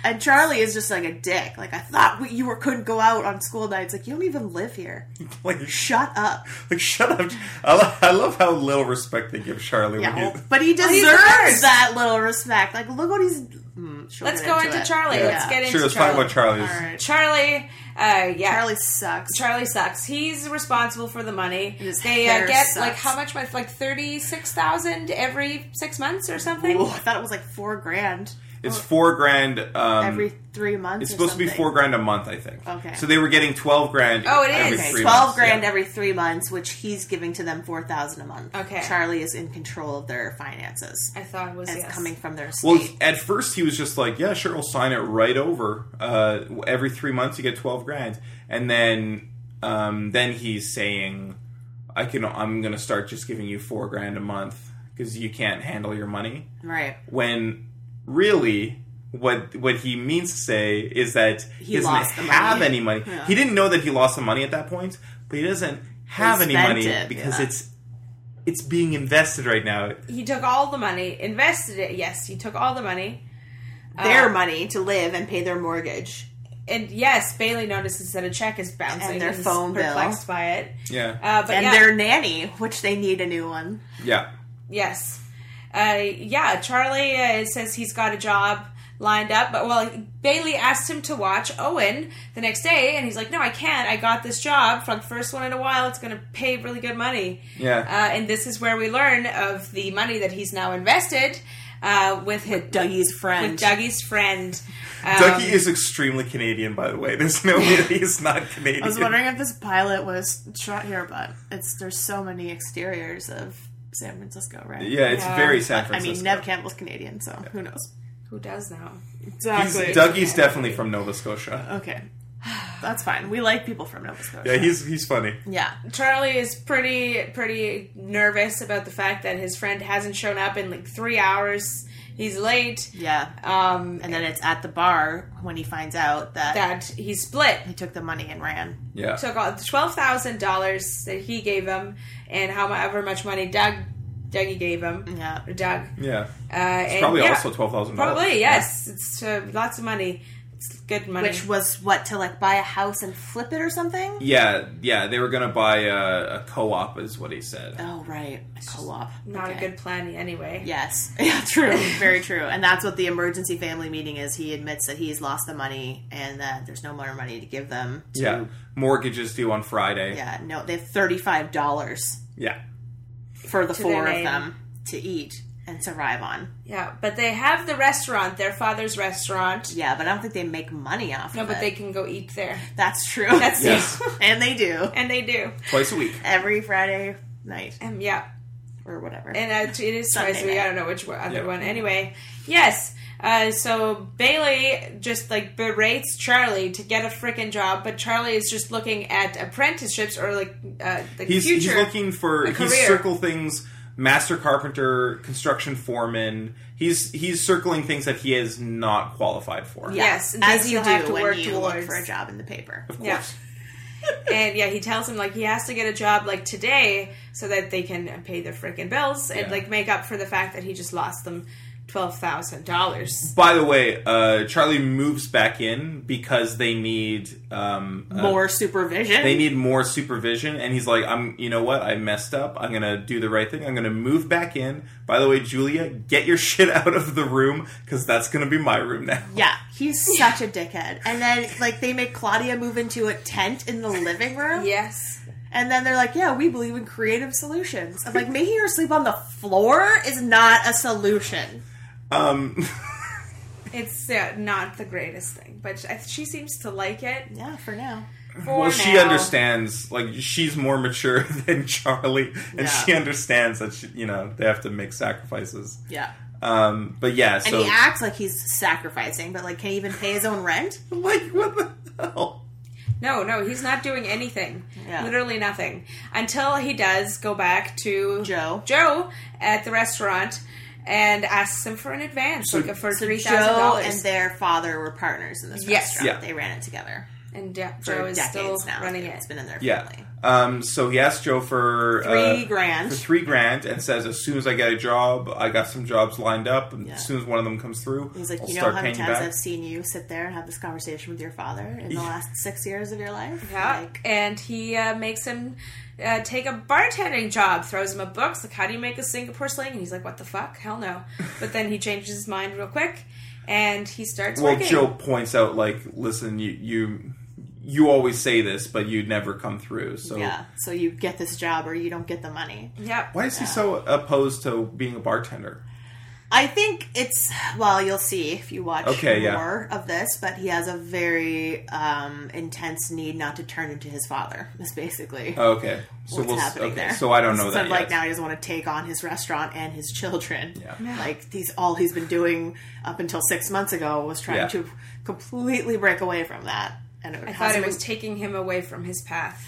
[SPEAKER 4] And Charlie is just like a dick. Like I thought we, you were couldn't go out on school nights. Like you don't even live here.
[SPEAKER 3] Like
[SPEAKER 4] shut up.
[SPEAKER 3] Like shut up. I, lo- I love how little respect they give Charlie.
[SPEAKER 4] Yeah,
[SPEAKER 3] when
[SPEAKER 4] well,
[SPEAKER 3] he,
[SPEAKER 4] but he
[SPEAKER 2] Well, he's
[SPEAKER 4] deserves
[SPEAKER 2] the worst.
[SPEAKER 4] that little respect. Like look what he's. Mm, she'll
[SPEAKER 2] Let's
[SPEAKER 4] get
[SPEAKER 2] go into
[SPEAKER 4] it.
[SPEAKER 2] Charlie. Let's get into
[SPEAKER 3] Sure, let's talk
[SPEAKER 2] Charlie.
[SPEAKER 3] about Charlie's.
[SPEAKER 2] Charlie, uh, yeah, Charlie
[SPEAKER 4] sucks.
[SPEAKER 2] Charlie sucks. He's responsible for the money. They
[SPEAKER 4] hair
[SPEAKER 2] uh, get
[SPEAKER 4] sucks.
[SPEAKER 2] like how much? Like thirty six thousand every six months or something.
[SPEAKER 4] Ooh, I thought it was like four grand
[SPEAKER 3] It's four grand. Um,
[SPEAKER 4] every three months.
[SPEAKER 3] it's
[SPEAKER 4] or
[SPEAKER 3] supposed to be
[SPEAKER 4] something.
[SPEAKER 3] four grand a month, I think.
[SPEAKER 4] Okay.
[SPEAKER 3] So they were getting twelve grand.
[SPEAKER 4] Oh, it
[SPEAKER 3] every
[SPEAKER 4] is okay.
[SPEAKER 3] three
[SPEAKER 4] twelve
[SPEAKER 3] months.
[SPEAKER 4] grand every three months, which he's giving to them four thousand a month. Okay, Charlie is in control of their finances.
[SPEAKER 2] I thought it was
[SPEAKER 4] and it's
[SPEAKER 2] yes.
[SPEAKER 4] coming from their estate.
[SPEAKER 3] Well, at first he was just like, "Yeah, sure, we'll sign it right over. Uh, every three months you get twelve grand." And then, um, then he's saying, "I can. I'm going to start just giving you four grand a month because you can't handle your money."
[SPEAKER 4] right?
[SPEAKER 3] When really, what what he means to say is that he,
[SPEAKER 4] He
[SPEAKER 3] doesn't
[SPEAKER 4] lost the money.
[SPEAKER 3] have any money.
[SPEAKER 4] Yeah.
[SPEAKER 3] He didn't know that he lost the money at that point, but he doesn't have any
[SPEAKER 4] spent
[SPEAKER 3] money
[SPEAKER 4] it,
[SPEAKER 3] because
[SPEAKER 4] yeah.
[SPEAKER 3] it's it's being invested right now.
[SPEAKER 2] He took all the money, invested it. Yes, he took all the money.
[SPEAKER 4] Their
[SPEAKER 2] Uh,
[SPEAKER 4] money to live and pay their mortgage.
[SPEAKER 2] And yes, Bailey notices that a check is bouncing.
[SPEAKER 4] And their
[SPEAKER 2] He's
[SPEAKER 4] phone bill.
[SPEAKER 2] perplexed by it.
[SPEAKER 3] Yeah.
[SPEAKER 2] Uh, but
[SPEAKER 4] and
[SPEAKER 2] yeah.
[SPEAKER 4] their nanny, which they need a new one.
[SPEAKER 3] Yeah.
[SPEAKER 2] Yes. Uh, yeah, Charlie uh, says he's got a job lined up, but well, Bailey asked him to watch Owen the next day, and he's like, "No, I can't. I got this job from the first one in a while. It's going to pay really good money."
[SPEAKER 3] Yeah.
[SPEAKER 2] Uh, and this is where we learn of the money that he's now invested uh, with, his,
[SPEAKER 4] Dougie's friend.
[SPEAKER 2] With Dougie's friend. Um,
[SPEAKER 3] Dougie is extremely Canadian, by the way. There's no way that he's not Canadian.
[SPEAKER 4] I was wondering if this pilot was shot here, but it's there's so many exteriors of San Francisco, right?
[SPEAKER 3] Yeah, it's very San
[SPEAKER 4] But, I mean,
[SPEAKER 3] Francisco.
[SPEAKER 4] Nev Campbell's Canadian, so who knows?
[SPEAKER 2] Who does now?
[SPEAKER 3] He's-
[SPEAKER 4] Exactly.
[SPEAKER 3] Dougie's definitely from Nova Scotia.
[SPEAKER 4] Okay, that's fine. We like people from Nova Scotia.
[SPEAKER 3] Yeah, he's he's funny.
[SPEAKER 4] yeah.
[SPEAKER 2] Charlie is pretty pretty nervous about the fact that his friend hasn't shown up in like three hours. He's late.
[SPEAKER 4] Yeah.
[SPEAKER 2] Um,
[SPEAKER 4] and then it's at the bar when he finds out that
[SPEAKER 2] that he split.
[SPEAKER 4] He took the money and ran.
[SPEAKER 3] Yeah.
[SPEAKER 2] Took all twelve thousand dollars that he gave him, and however much money Doug Dougie gave him.
[SPEAKER 4] Yeah,
[SPEAKER 2] or Doug.
[SPEAKER 3] Yeah.
[SPEAKER 2] Uh, and
[SPEAKER 3] it's probably
[SPEAKER 2] yeah.
[SPEAKER 3] also twelve thousand dollars.
[SPEAKER 2] Probably yes. It's uh, lots of money. It's good money.
[SPEAKER 4] Which was what to like buy a house and flip it or something.
[SPEAKER 3] Yeah, yeah. They were gonna buy a, a co-op, is what he said.
[SPEAKER 4] Oh right, a co-op.
[SPEAKER 2] Not a good plan anyway.
[SPEAKER 4] Yes, yeah, true, very true. And that's what the emergency family meeting is. He admits that he's lost the money and that there's no more money to give them. To,
[SPEAKER 3] Yeah. Mortgages due on Friday.
[SPEAKER 4] yeah. No, they have thirty-five dollars
[SPEAKER 3] Yeah.
[SPEAKER 4] for the
[SPEAKER 2] To their
[SPEAKER 4] four of
[SPEAKER 2] name.
[SPEAKER 4] them to eat and survive on.
[SPEAKER 2] Yeah, but they have the restaurant, their father's restaurant.
[SPEAKER 4] Yeah, but I don't think they make money off.
[SPEAKER 2] No,
[SPEAKER 4] of
[SPEAKER 2] but
[SPEAKER 4] it.
[SPEAKER 2] they can go eat there.
[SPEAKER 4] That's true.
[SPEAKER 2] That's
[SPEAKER 3] Yes.
[SPEAKER 4] and they do
[SPEAKER 2] and they do.
[SPEAKER 3] Twice a week.
[SPEAKER 4] every Friday night
[SPEAKER 2] Um, yeah.
[SPEAKER 4] or whatever.
[SPEAKER 2] And uh, it is
[SPEAKER 4] Sunday
[SPEAKER 2] twice a week.
[SPEAKER 4] night.
[SPEAKER 2] I don't know which one, other
[SPEAKER 4] Yeah.
[SPEAKER 2] one. Anyway, yes. Uh, so Bailey just like berates Charlie to get a freaking job, but Charlie is just looking at apprenticeships or like uh, the
[SPEAKER 3] He's
[SPEAKER 2] future.
[SPEAKER 3] he's looking for
[SPEAKER 2] a
[SPEAKER 3] he's
[SPEAKER 2] career.
[SPEAKER 3] circle things. Master carpenter, construction foreman. He's he's circling things that he is not qualified for.
[SPEAKER 2] Yes, and
[SPEAKER 4] as
[SPEAKER 2] things
[SPEAKER 4] you
[SPEAKER 2] you'll
[SPEAKER 4] do
[SPEAKER 2] have to
[SPEAKER 4] when
[SPEAKER 2] work
[SPEAKER 4] you look
[SPEAKER 2] towards.
[SPEAKER 4] for a job in the paper.
[SPEAKER 3] Of
[SPEAKER 2] Yeah.
[SPEAKER 3] course.
[SPEAKER 2] and yeah, he tells him like he has to get a job like today so that they can pay their freaking bills and
[SPEAKER 3] Yeah.
[SPEAKER 2] like make up for the fact that he just lost them twelve thousand dollars.
[SPEAKER 3] By the way, uh, Charlie moves back in because they need um, uh,
[SPEAKER 4] More supervision.
[SPEAKER 3] They need more supervision, and he's like, "I'm, you know what? I messed up. I'm gonna do the right thing. I'm gonna move back in." By the way, Julia, get your shit out of the room because that's gonna be my room now.
[SPEAKER 4] Yeah, he's such a dickhead. And then like they make Claudia move into a tent in the living room.
[SPEAKER 2] Yes.
[SPEAKER 4] And then they're like, "Yeah, we believe in creative solutions." I'm like, making her sleep on the floor is not a solution.
[SPEAKER 3] Um,
[SPEAKER 2] It's uh, not the greatest thing, but I- she seems to like it.
[SPEAKER 4] Yeah, for now.
[SPEAKER 2] For
[SPEAKER 3] well, she
[SPEAKER 2] now.
[SPEAKER 3] understands. Like she's more mature than Charlie, and
[SPEAKER 2] Yeah.
[SPEAKER 3] she understands that she, you know they have to make sacrifices.
[SPEAKER 4] Yeah.
[SPEAKER 3] Um, but yeah,
[SPEAKER 4] And
[SPEAKER 3] so
[SPEAKER 4] he acts like he's sacrificing, but like can't even pay his own rent.
[SPEAKER 3] like what the hell?
[SPEAKER 2] No, no, he's not doing anything.
[SPEAKER 4] Yeah.
[SPEAKER 2] Literally nothing. Until he does go back to Joe. Joe at the restaurant and asks him for an advance,
[SPEAKER 4] So-
[SPEAKER 2] like for
[SPEAKER 4] so
[SPEAKER 2] three thousand
[SPEAKER 4] Joe
[SPEAKER 2] dollars.
[SPEAKER 4] and their father were partners in this
[SPEAKER 2] Yes.
[SPEAKER 4] restaurant.
[SPEAKER 3] Yeah.
[SPEAKER 4] They ran it together.
[SPEAKER 2] And yeah,
[SPEAKER 4] for
[SPEAKER 2] Joe is still
[SPEAKER 4] decades now.
[SPEAKER 2] running
[SPEAKER 4] It's been in their
[SPEAKER 3] Yeah. Um, so he asks Joe for uh,
[SPEAKER 4] Three grand.
[SPEAKER 3] for three grand, and says as soon as I get a job, I got some jobs lined up, and
[SPEAKER 4] Yeah.
[SPEAKER 3] as soon as one of them comes through,
[SPEAKER 4] He's like,
[SPEAKER 3] I'll
[SPEAKER 4] you know
[SPEAKER 3] start
[SPEAKER 4] how many
[SPEAKER 3] paying you
[SPEAKER 4] times
[SPEAKER 3] back.
[SPEAKER 4] I've seen you sit there and have this conversation with your father in the
[SPEAKER 3] Yeah.
[SPEAKER 4] last six years of your life?
[SPEAKER 2] Yeah, and he uh, makes him uh, take a bartending job, throws him a book. It's like, how do you make a Singapore sling? And he's like, what the fuck? Hell no. But then he changes his mind real quick, and he starts
[SPEAKER 3] well,
[SPEAKER 2] working.
[SPEAKER 3] Joe points out like, listen, you you you always say this, but you never come through. So
[SPEAKER 4] yeah. So you get this job or you don't get the money.
[SPEAKER 2] Yeah.
[SPEAKER 3] why is he so opposed to being a bartender?
[SPEAKER 4] I think it's well, you'll see if you watch
[SPEAKER 3] Okay, yeah.
[SPEAKER 4] more of this, but he has a very um, intense need not to turn into his father. Is basically
[SPEAKER 3] Oh, okay. So
[SPEAKER 4] what's
[SPEAKER 3] we'll s-
[SPEAKER 4] happening
[SPEAKER 3] okay,
[SPEAKER 4] there.
[SPEAKER 3] so I don't know
[SPEAKER 4] It's
[SPEAKER 3] that
[SPEAKER 4] sort of Like
[SPEAKER 3] yet.
[SPEAKER 4] now he doesn't want to take on his restaurant and his children.
[SPEAKER 3] Yeah.
[SPEAKER 4] Like these, all he's been doing up until six months ago was trying
[SPEAKER 3] Yeah.
[SPEAKER 4] to completely break away from that. And it
[SPEAKER 2] I
[SPEAKER 4] has
[SPEAKER 2] thought
[SPEAKER 4] him
[SPEAKER 2] it was taking him away from his path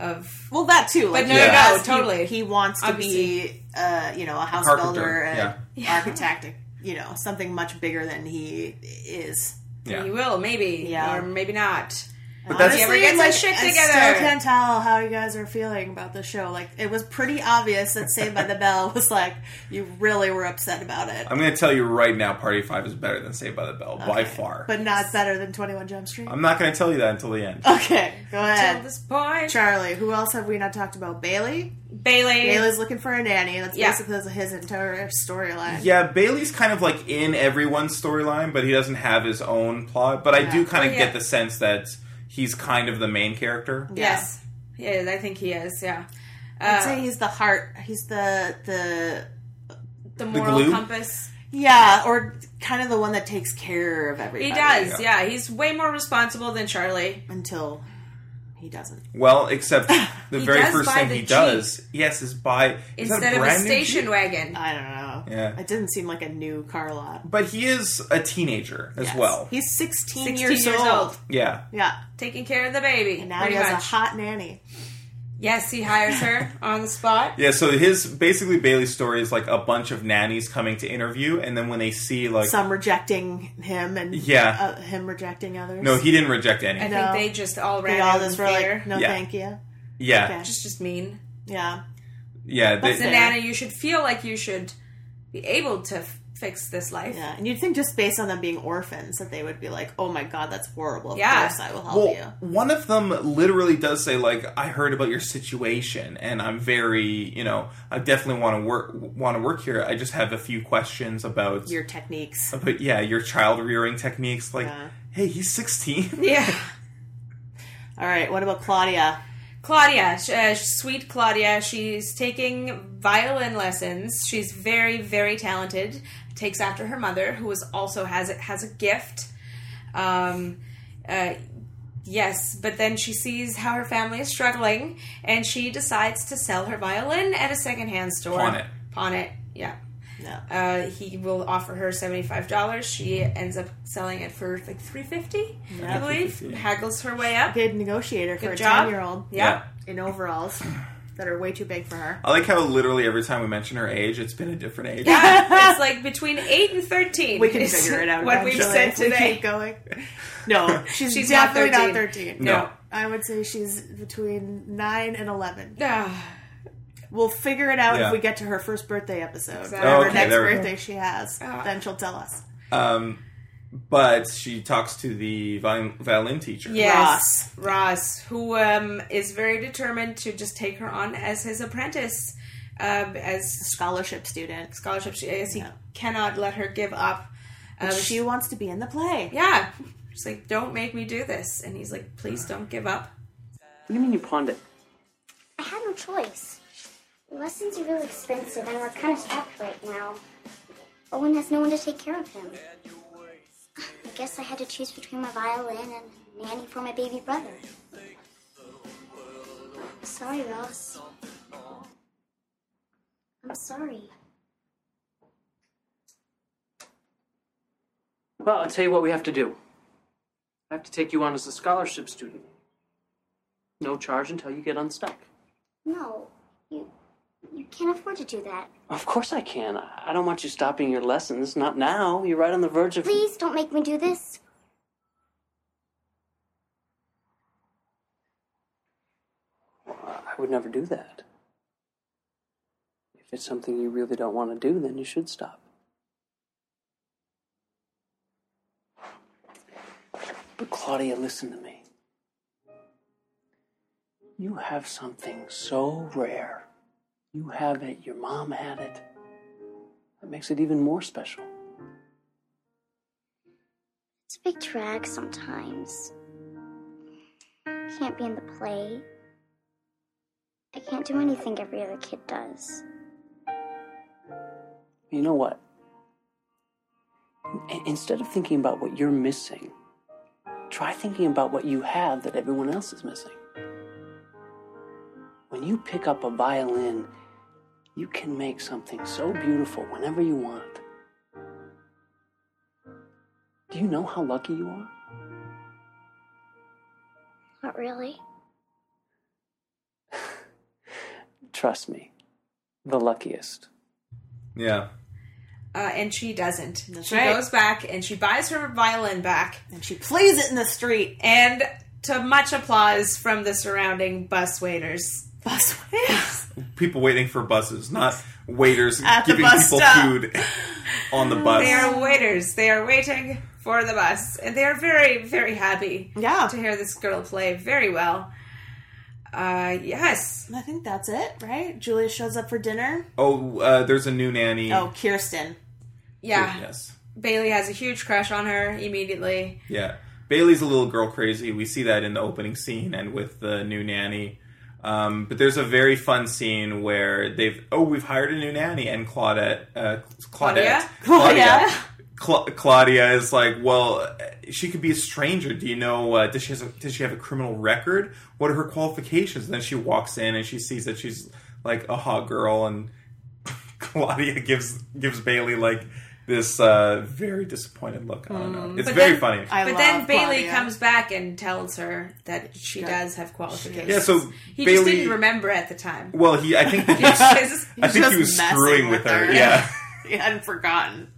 [SPEAKER 2] of.
[SPEAKER 4] Well, that too.
[SPEAKER 2] But
[SPEAKER 4] Like,
[SPEAKER 2] no,
[SPEAKER 4] he
[SPEAKER 2] no,
[SPEAKER 4] has-
[SPEAKER 2] no, totally.
[SPEAKER 4] He, he wants to be,
[SPEAKER 2] Obviously.
[SPEAKER 4] uh, you know, a house
[SPEAKER 3] Carpenter,
[SPEAKER 4] builder, an
[SPEAKER 3] yeah.
[SPEAKER 4] architect, a- you know, something much bigger than he is.
[SPEAKER 3] Yeah.
[SPEAKER 2] He will, maybe.
[SPEAKER 4] Yeah.
[SPEAKER 2] Or maybe not.
[SPEAKER 3] But
[SPEAKER 2] If
[SPEAKER 3] that's
[SPEAKER 2] he ever gets
[SPEAKER 4] like,
[SPEAKER 2] his shit
[SPEAKER 4] I
[SPEAKER 2] together.
[SPEAKER 4] still can't tell how you guys are feeling about the show. Like, it was pretty obvious that Saved by the Bell was like, you really were upset about it.
[SPEAKER 3] I'm going to tell you right now, Party Five is better than Saved by the Bell by far.
[SPEAKER 4] But not better than 21 Jump Street.
[SPEAKER 3] I'm not going to tell you that until the end.
[SPEAKER 4] Okay, go ahead.
[SPEAKER 2] Till this point.
[SPEAKER 4] Charlie, who else have we not talked about? Bailey?
[SPEAKER 2] Bailey.
[SPEAKER 4] Bailey's looking for a nanny. That's
[SPEAKER 2] Yeah.
[SPEAKER 4] basically his entire storyline.
[SPEAKER 3] Yeah, Bailey's kind of like in everyone's storyline, but he doesn't have his own plot. But I do kind of
[SPEAKER 2] Well, yeah.
[SPEAKER 3] get the sense that he's kind of the main character.
[SPEAKER 2] Yes. He is. I think he is, yeah.
[SPEAKER 4] I'd
[SPEAKER 2] Uh,
[SPEAKER 4] say he's the heart. He's the the
[SPEAKER 2] the moral
[SPEAKER 3] glue?
[SPEAKER 2] compass.
[SPEAKER 4] yeah, or kind of the one that takes care of everybody.
[SPEAKER 2] He does, yeah. He's way more responsible than Charlie.
[SPEAKER 4] until he doesn't.
[SPEAKER 3] Well, except the
[SPEAKER 2] He
[SPEAKER 3] very
[SPEAKER 2] does
[SPEAKER 3] first
[SPEAKER 2] buy
[SPEAKER 3] thing
[SPEAKER 2] the
[SPEAKER 3] he
[SPEAKER 2] Jeep.
[SPEAKER 3] does, yes, is buy is that
[SPEAKER 2] Instead of a
[SPEAKER 3] brand new
[SPEAKER 2] station
[SPEAKER 3] Jeep?
[SPEAKER 2] wagon.
[SPEAKER 4] I don't know.
[SPEAKER 3] Yeah.
[SPEAKER 4] it didn't seem like a new car lot.
[SPEAKER 3] But he is a teenager as
[SPEAKER 4] Yes.
[SPEAKER 3] well.
[SPEAKER 4] he's 16,
[SPEAKER 2] 16
[SPEAKER 4] years,
[SPEAKER 2] years
[SPEAKER 4] old.
[SPEAKER 2] old.
[SPEAKER 3] Yeah,
[SPEAKER 4] Yeah,
[SPEAKER 2] Taking care of the baby.
[SPEAKER 4] and now
[SPEAKER 2] pretty
[SPEAKER 4] he has
[SPEAKER 2] much.
[SPEAKER 4] a hot nanny.
[SPEAKER 2] Yes, he hires her on the spot.
[SPEAKER 3] yeah. So his basically Bailey's story is like a bunch of nannies coming to interview, and then when they see like,
[SPEAKER 4] Some rejecting him and
[SPEAKER 3] Yeah.
[SPEAKER 4] uh, him rejecting others.
[SPEAKER 3] no, he didn't reject any.
[SPEAKER 2] I
[SPEAKER 4] No.
[SPEAKER 2] think they just all
[SPEAKER 4] They
[SPEAKER 2] ran
[SPEAKER 4] all
[SPEAKER 2] out
[SPEAKER 4] just
[SPEAKER 2] in
[SPEAKER 4] were
[SPEAKER 2] fear.
[SPEAKER 4] like, no,
[SPEAKER 3] Yeah.
[SPEAKER 4] thank you.
[SPEAKER 3] Yeah,
[SPEAKER 4] Okay.
[SPEAKER 2] Just, just mean.
[SPEAKER 4] Yeah,
[SPEAKER 3] yeah.
[SPEAKER 2] As a
[SPEAKER 3] They,
[SPEAKER 2] nana, you should feel like you should be able to f- fix this life.
[SPEAKER 4] yeah. And you'd think just based on them being orphans that they would be like, oh my god, that's horrible. Of
[SPEAKER 2] Oh, Yeah.
[SPEAKER 4] course I will help
[SPEAKER 3] well,
[SPEAKER 4] you.
[SPEAKER 3] one of them literally does say like, "I heard about your situation, and I'm very, you know, I definitely want to work want to work here. I just have a few questions about
[SPEAKER 4] Your techniques.
[SPEAKER 3] about yeah your child rearing techniques. Like,
[SPEAKER 4] Yeah.
[SPEAKER 3] hey, he's 16.
[SPEAKER 2] Yeah.
[SPEAKER 4] All right, what about Claudia?
[SPEAKER 2] Claudia, sh- uh, sweet Claudia, she's taking violin lessons. She's very, very talented. Takes after her mother, who is also has it has a gift. Um, uh, yes, but then she sees how her family is struggling, and she decides to sell her violin at a secondhand store.
[SPEAKER 3] Pawn it.
[SPEAKER 2] Pawn it. Yeah.
[SPEAKER 4] No.
[SPEAKER 2] Uh, he will offer her seventy five dollars. She ends up selling it for like three fifty, I believe.
[SPEAKER 3] $3.50.
[SPEAKER 2] Haggles her way up.
[SPEAKER 4] Good negotiator for
[SPEAKER 2] Good
[SPEAKER 4] a
[SPEAKER 2] job.
[SPEAKER 4] 10 year old
[SPEAKER 2] yeah.
[SPEAKER 4] in overalls that are way too big for her.
[SPEAKER 3] I like how literally every time we mention her age, it's been a different age.
[SPEAKER 2] Yeah, it's like between eight and thirteen.
[SPEAKER 4] We can
[SPEAKER 2] is
[SPEAKER 4] figure it out.
[SPEAKER 2] What we've
[SPEAKER 4] eventually
[SPEAKER 2] said
[SPEAKER 4] if we
[SPEAKER 2] today.
[SPEAKER 4] keep going. No, she's,
[SPEAKER 2] She's not
[SPEAKER 4] definitely not
[SPEAKER 2] 13.
[SPEAKER 4] 13.
[SPEAKER 3] No.
[SPEAKER 4] I would say she's between 9 and 11.
[SPEAKER 2] Ah,
[SPEAKER 4] We'll figure it out
[SPEAKER 3] Yeah.
[SPEAKER 4] if we get to her first birthday episode.
[SPEAKER 2] Exactly. Ah.
[SPEAKER 4] Whatever
[SPEAKER 3] Okay,
[SPEAKER 4] next
[SPEAKER 3] there we go.
[SPEAKER 4] birthday she has, then she'll tell us.
[SPEAKER 3] Um, but she talks to the violin, violin teacher.
[SPEAKER 2] yes, Ross, who um, is very determined to just take her on as his apprentice, um, as
[SPEAKER 4] Scholarship student.
[SPEAKER 2] scholarship she is. He
[SPEAKER 4] Yeah.
[SPEAKER 2] cannot let her give up. Um,
[SPEAKER 4] She wants to be in the play.
[SPEAKER 2] yeah, she's like, "Don't make me do this," and he's like, "Please don't give up."
[SPEAKER 8] What do you mean you pawned it?
[SPEAKER 13] I had no choice. Lessons are really expensive and we're kind of strapped right now. Owen has no one to take care of him. I guess I had to choose between my violin and nanny for my baby brother. sorry, Ross. I'm sorry.
[SPEAKER 14] Well, I'll tell you what we have to do. I have to take you on as a scholarship student. No charge until you get unstuck.
[SPEAKER 13] No, you you can't afford to do that.
[SPEAKER 14] Of course I can. I I don't want you stopping your lessons. Not now. You're right on the verge of.
[SPEAKER 13] Please don't make me do this.
[SPEAKER 14] I would never do that. If it's something you really don't want to do, then you should stop. But Claudia, listen to me. You have something so rare. You have it, your mom had it. That makes it even more special.
[SPEAKER 13] It's a big drag sometimes. Can't be in the play. I can't do anything every other kid does.
[SPEAKER 14] You know what? In- instead of thinking about what you're missing, try thinking about what you have that everyone else is missing. When you pick up a violin, you can make something so beautiful whenever you want. Do you know how lucky you are?
[SPEAKER 13] Not really.
[SPEAKER 14] Trust me, the luckiest.
[SPEAKER 3] Yeah.
[SPEAKER 2] Uh, and she doesn't. she
[SPEAKER 4] right.
[SPEAKER 2] goes back and she buys her violin back.
[SPEAKER 4] And she plays it in the street.
[SPEAKER 2] And to much applause from the surrounding bus waiters.
[SPEAKER 4] Bus
[SPEAKER 3] People waiting for buses, not waiters
[SPEAKER 2] At the
[SPEAKER 3] giving
[SPEAKER 2] bus
[SPEAKER 3] people
[SPEAKER 2] stop.
[SPEAKER 3] food on the bus.
[SPEAKER 2] They are waiters. They are waiting for the bus, and they are very, very happy.
[SPEAKER 4] Yeah.
[SPEAKER 2] to hear this girl play very well. Uh, yes.
[SPEAKER 4] I think that's it, right? Julia shows up for dinner.
[SPEAKER 3] Oh, uh, there's a new nanny.
[SPEAKER 4] Oh, Kirsten.
[SPEAKER 2] Yeah.
[SPEAKER 3] Yes.
[SPEAKER 2] Bailey has a huge crush on her immediately.
[SPEAKER 3] Yeah. Bailey's a little girl crazy. We see that in the opening scene and with the new nanny. Um, but there's a very fun scene where they've oh we've hired a new nanny and Claudette uh, Claudette
[SPEAKER 2] Claudia?
[SPEAKER 3] Claudia Cla- Claudia is like well she could be a stranger. Do you know uh, does she has a, does she have a criminal record? What are her qualifications? And then she walks in and she sees that she's like a hot girl and Claudia gives gives Bailey like this uh, very disappointed look. I don't know. It's
[SPEAKER 2] Mm. But
[SPEAKER 3] very
[SPEAKER 2] then-
[SPEAKER 3] funny.
[SPEAKER 2] but then Bailey comes back and tells her that she does have qualifications.
[SPEAKER 3] Yeah, so
[SPEAKER 2] he just
[SPEAKER 3] Bailey-
[SPEAKER 2] didn't remember at the time.
[SPEAKER 3] Well, he. I think that he was,
[SPEAKER 2] Yes.
[SPEAKER 3] I think he
[SPEAKER 4] Just
[SPEAKER 3] was
[SPEAKER 4] messing
[SPEAKER 3] screwing
[SPEAKER 4] with
[SPEAKER 3] with her.
[SPEAKER 4] her.
[SPEAKER 3] Yeah.
[SPEAKER 4] He hadn't forgotten.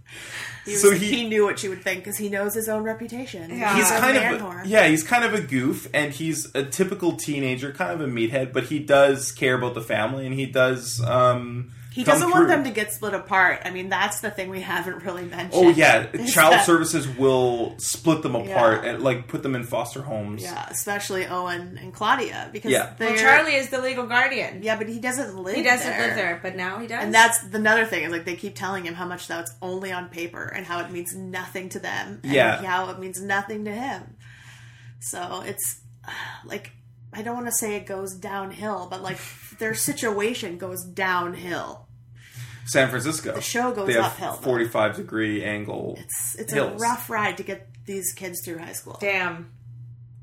[SPEAKER 4] He, was,
[SPEAKER 3] So
[SPEAKER 4] he,
[SPEAKER 3] he-
[SPEAKER 4] knew what she would think because he knows his own reputation.
[SPEAKER 3] he's
[SPEAKER 4] a
[SPEAKER 3] kind
[SPEAKER 4] man
[SPEAKER 3] of
[SPEAKER 4] whore.
[SPEAKER 3] a, yeah, he's kind of a goof, and he's a typical teenager, kind of a meathead, but he does care about the family, and he does. Um,
[SPEAKER 4] He
[SPEAKER 3] come
[SPEAKER 4] doesn't want
[SPEAKER 3] through.
[SPEAKER 4] them to get split apart. I mean, that's the thing we haven't really mentioned.
[SPEAKER 3] Oh yeah,
[SPEAKER 4] Is
[SPEAKER 3] child
[SPEAKER 4] that-
[SPEAKER 3] services will split them apart and like put them in foster homes.
[SPEAKER 4] Yeah, especially Owen and Claudia because
[SPEAKER 3] Yeah.
[SPEAKER 4] they're
[SPEAKER 2] Well, Charlie is the legal guardian.
[SPEAKER 4] Yeah, but he doesn't live.
[SPEAKER 2] He doesn't
[SPEAKER 4] there.
[SPEAKER 2] live there, but now he does.
[SPEAKER 4] And that's the- another thing is like they keep telling him how much that's only on paper and how it means nothing to them. And
[SPEAKER 2] Yeah.
[SPEAKER 4] how it means nothing to him. So it's uh, like I don't want to say it goes downhill, but like their situation goes downhill.
[SPEAKER 3] San Francisco.
[SPEAKER 4] The show goes
[SPEAKER 3] they have
[SPEAKER 4] uphill, though.
[SPEAKER 3] Forty-five degree angle.
[SPEAKER 4] It's
[SPEAKER 3] hills.
[SPEAKER 4] a rough ride to get these kids through high school.
[SPEAKER 2] Damn.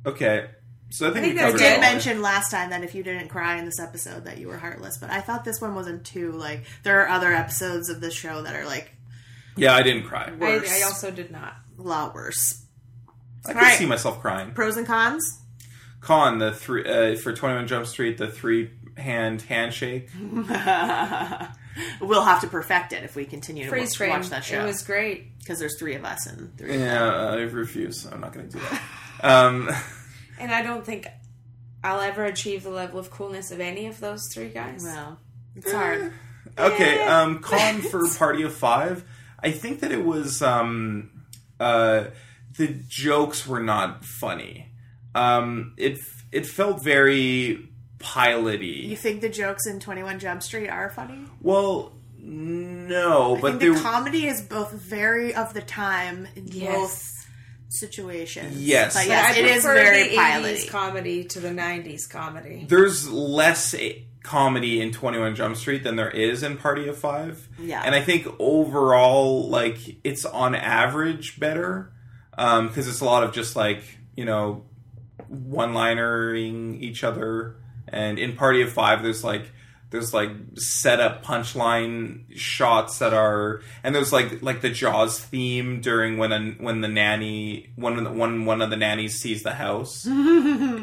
[SPEAKER 3] Okay, so I think, we
[SPEAKER 4] I
[SPEAKER 3] covered
[SPEAKER 4] did
[SPEAKER 3] all.
[SPEAKER 4] mention last time that if you didn't cry in this episode that you were heartless, but I thought this one wasn't too like there are other episodes of the show that are like
[SPEAKER 3] Yeah, I didn't cry.
[SPEAKER 2] I,
[SPEAKER 4] worse.
[SPEAKER 2] I also did not.
[SPEAKER 4] a lot worse.
[SPEAKER 3] I could
[SPEAKER 4] Alright.
[SPEAKER 3] see myself crying.
[SPEAKER 4] Pros and cons.
[SPEAKER 3] Con the three uh, for Twenty One Jump Street, the three hand handshake.
[SPEAKER 4] we'll have to perfect it if we continue to
[SPEAKER 2] Freeze
[SPEAKER 4] watch,
[SPEAKER 2] frame.
[SPEAKER 4] watch that show.
[SPEAKER 2] It was great
[SPEAKER 4] because there's three of us and three. Of them.
[SPEAKER 3] Yeah, Uh, I refuse. I'm not going to do that. Um,
[SPEAKER 2] and I don't think I'll ever achieve the level of coolness of any of those three guys.
[SPEAKER 4] Well, it's hard.
[SPEAKER 3] okay, um, con for Party of Five. I think that it was um, uh, the jokes were not funny. Um, it it felt very piloty.
[SPEAKER 4] You think the jokes in Twenty One Jump Street are funny?
[SPEAKER 3] Well, no,
[SPEAKER 4] I
[SPEAKER 3] but
[SPEAKER 4] think
[SPEAKER 3] there.
[SPEAKER 4] the comedy is both very of the time in
[SPEAKER 2] Yes.
[SPEAKER 4] both situations.
[SPEAKER 3] Yes.
[SPEAKER 4] but
[SPEAKER 3] But
[SPEAKER 4] yes,
[SPEAKER 2] I
[SPEAKER 4] it is
[SPEAKER 2] prefer
[SPEAKER 4] very
[SPEAKER 2] the
[SPEAKER 4] pilot.
[SPEAKER 2] 80s comedy to the 90s comedy.
[SPEAKER 3] there's less eh, comedy in 21 Jump Street than there is in Party of 5.
[SPEAKER 2] Yeah.
[SPEAKER 3] And I think overall like it's on average better um cuz it's a lot of just like, you know, one-linering each other And in Party of Five, there's like there's like setup punchline shots that are and there's like like the Jaws theme during when a, when the nanny one of the, one one of the nannies sees the house.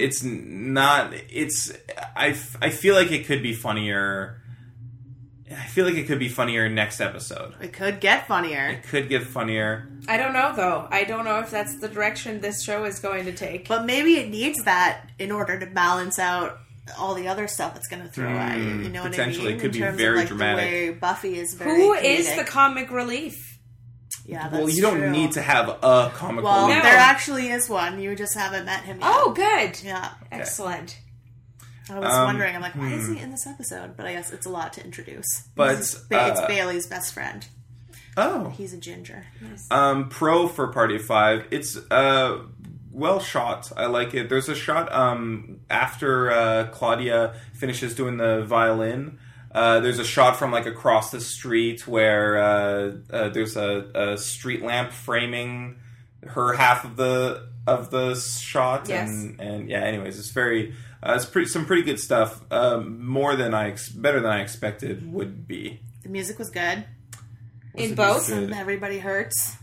[SPEAKER 3] it's n- not it's I f- I feel like it could be funnier. I feel like it could be funnier next episode.
[SPEAKER 4] It could get funnier.
[SPEAKER 3] It could get funnier.
[SPEAKER 4] Oh,
[SPEAKER 2] I don't know though. I don't know if that's the direction this show is going to take.
[SPEAKER 4] But maybe it needs that in order to balance out all the other stuff that's going to throw at you.
[SPEAKER 3] Mm,
[SPEAKER 4] You know
[SPEAKER 3] potentially.
[SPEAKER 4] what I mean?
[SPEAKER 3] It could
[SPEAKER 4] in
[SPEAKER 3] be
[SPEAKER 4] terms
[SPEAKER 3] very
[SPEAKER 4] of, like,
[SPEAKER 3] dramatic.
[SPEAKER 4] The way Buffy is very.
[SPEAKER 2] Who is
[SPEAKER 4] comedic.
[SPEAKER 2] the comic relief?
[SPEAKER 4] Yeah, that's
[SPEAKER 3] well, you don't
[SPEAKER 4] true.
[SPEAKER 3] need to have a comic
[SPEAKER 4] Well,
[SPEAKER 3] relief.
[SPEAKER 4] there actually is one. You just haven't met him yet.
[SPEAKER 2] Oh, good.
[SPEAKER 4] Yeah.
[SPEAKER 2] Excellent.
[SPEAKER 4] I was
[SPEAKER 3] Um,
[SPEAKER 4] wondering. I'm like, why is
[SPEAKER 3] hmm.
[SPEAKER 4] he in this episode? But I guess it's a lot to introduce.
[SPEAKER 3] But,
[SPEAKER 4] This is Ba- it's
[SPEAKER 3] uh,
[SPEAKER 4] Bailey's best friend.
[SPEAKER 3] Oh.
[SPEAKER 4] he's a ginger.
[SPEAKER 3] Um, pro for Party of Five. It's uh, well shot. I like it. There's a shot um, after uh, Claudia finishes doing the violin. Uh, there's a shot from like across the street where uh, uh, there's a, a street lamp framing her half of the of the shot.
[SPEAKER 2] Yes.
[SPEAKER 3] And, and yeah, anyways, it's very uh, it's pretty some pretty good stuff. Um, more than I ex- better than I expected would be.
[SPEAKER 4] The music was good.
[SPEAKER 3] Was In it
[SPEAKER 2] Oh,
[SPEAKER 3] both? good?
[SPEAKER 4] Some Everybody Hurts.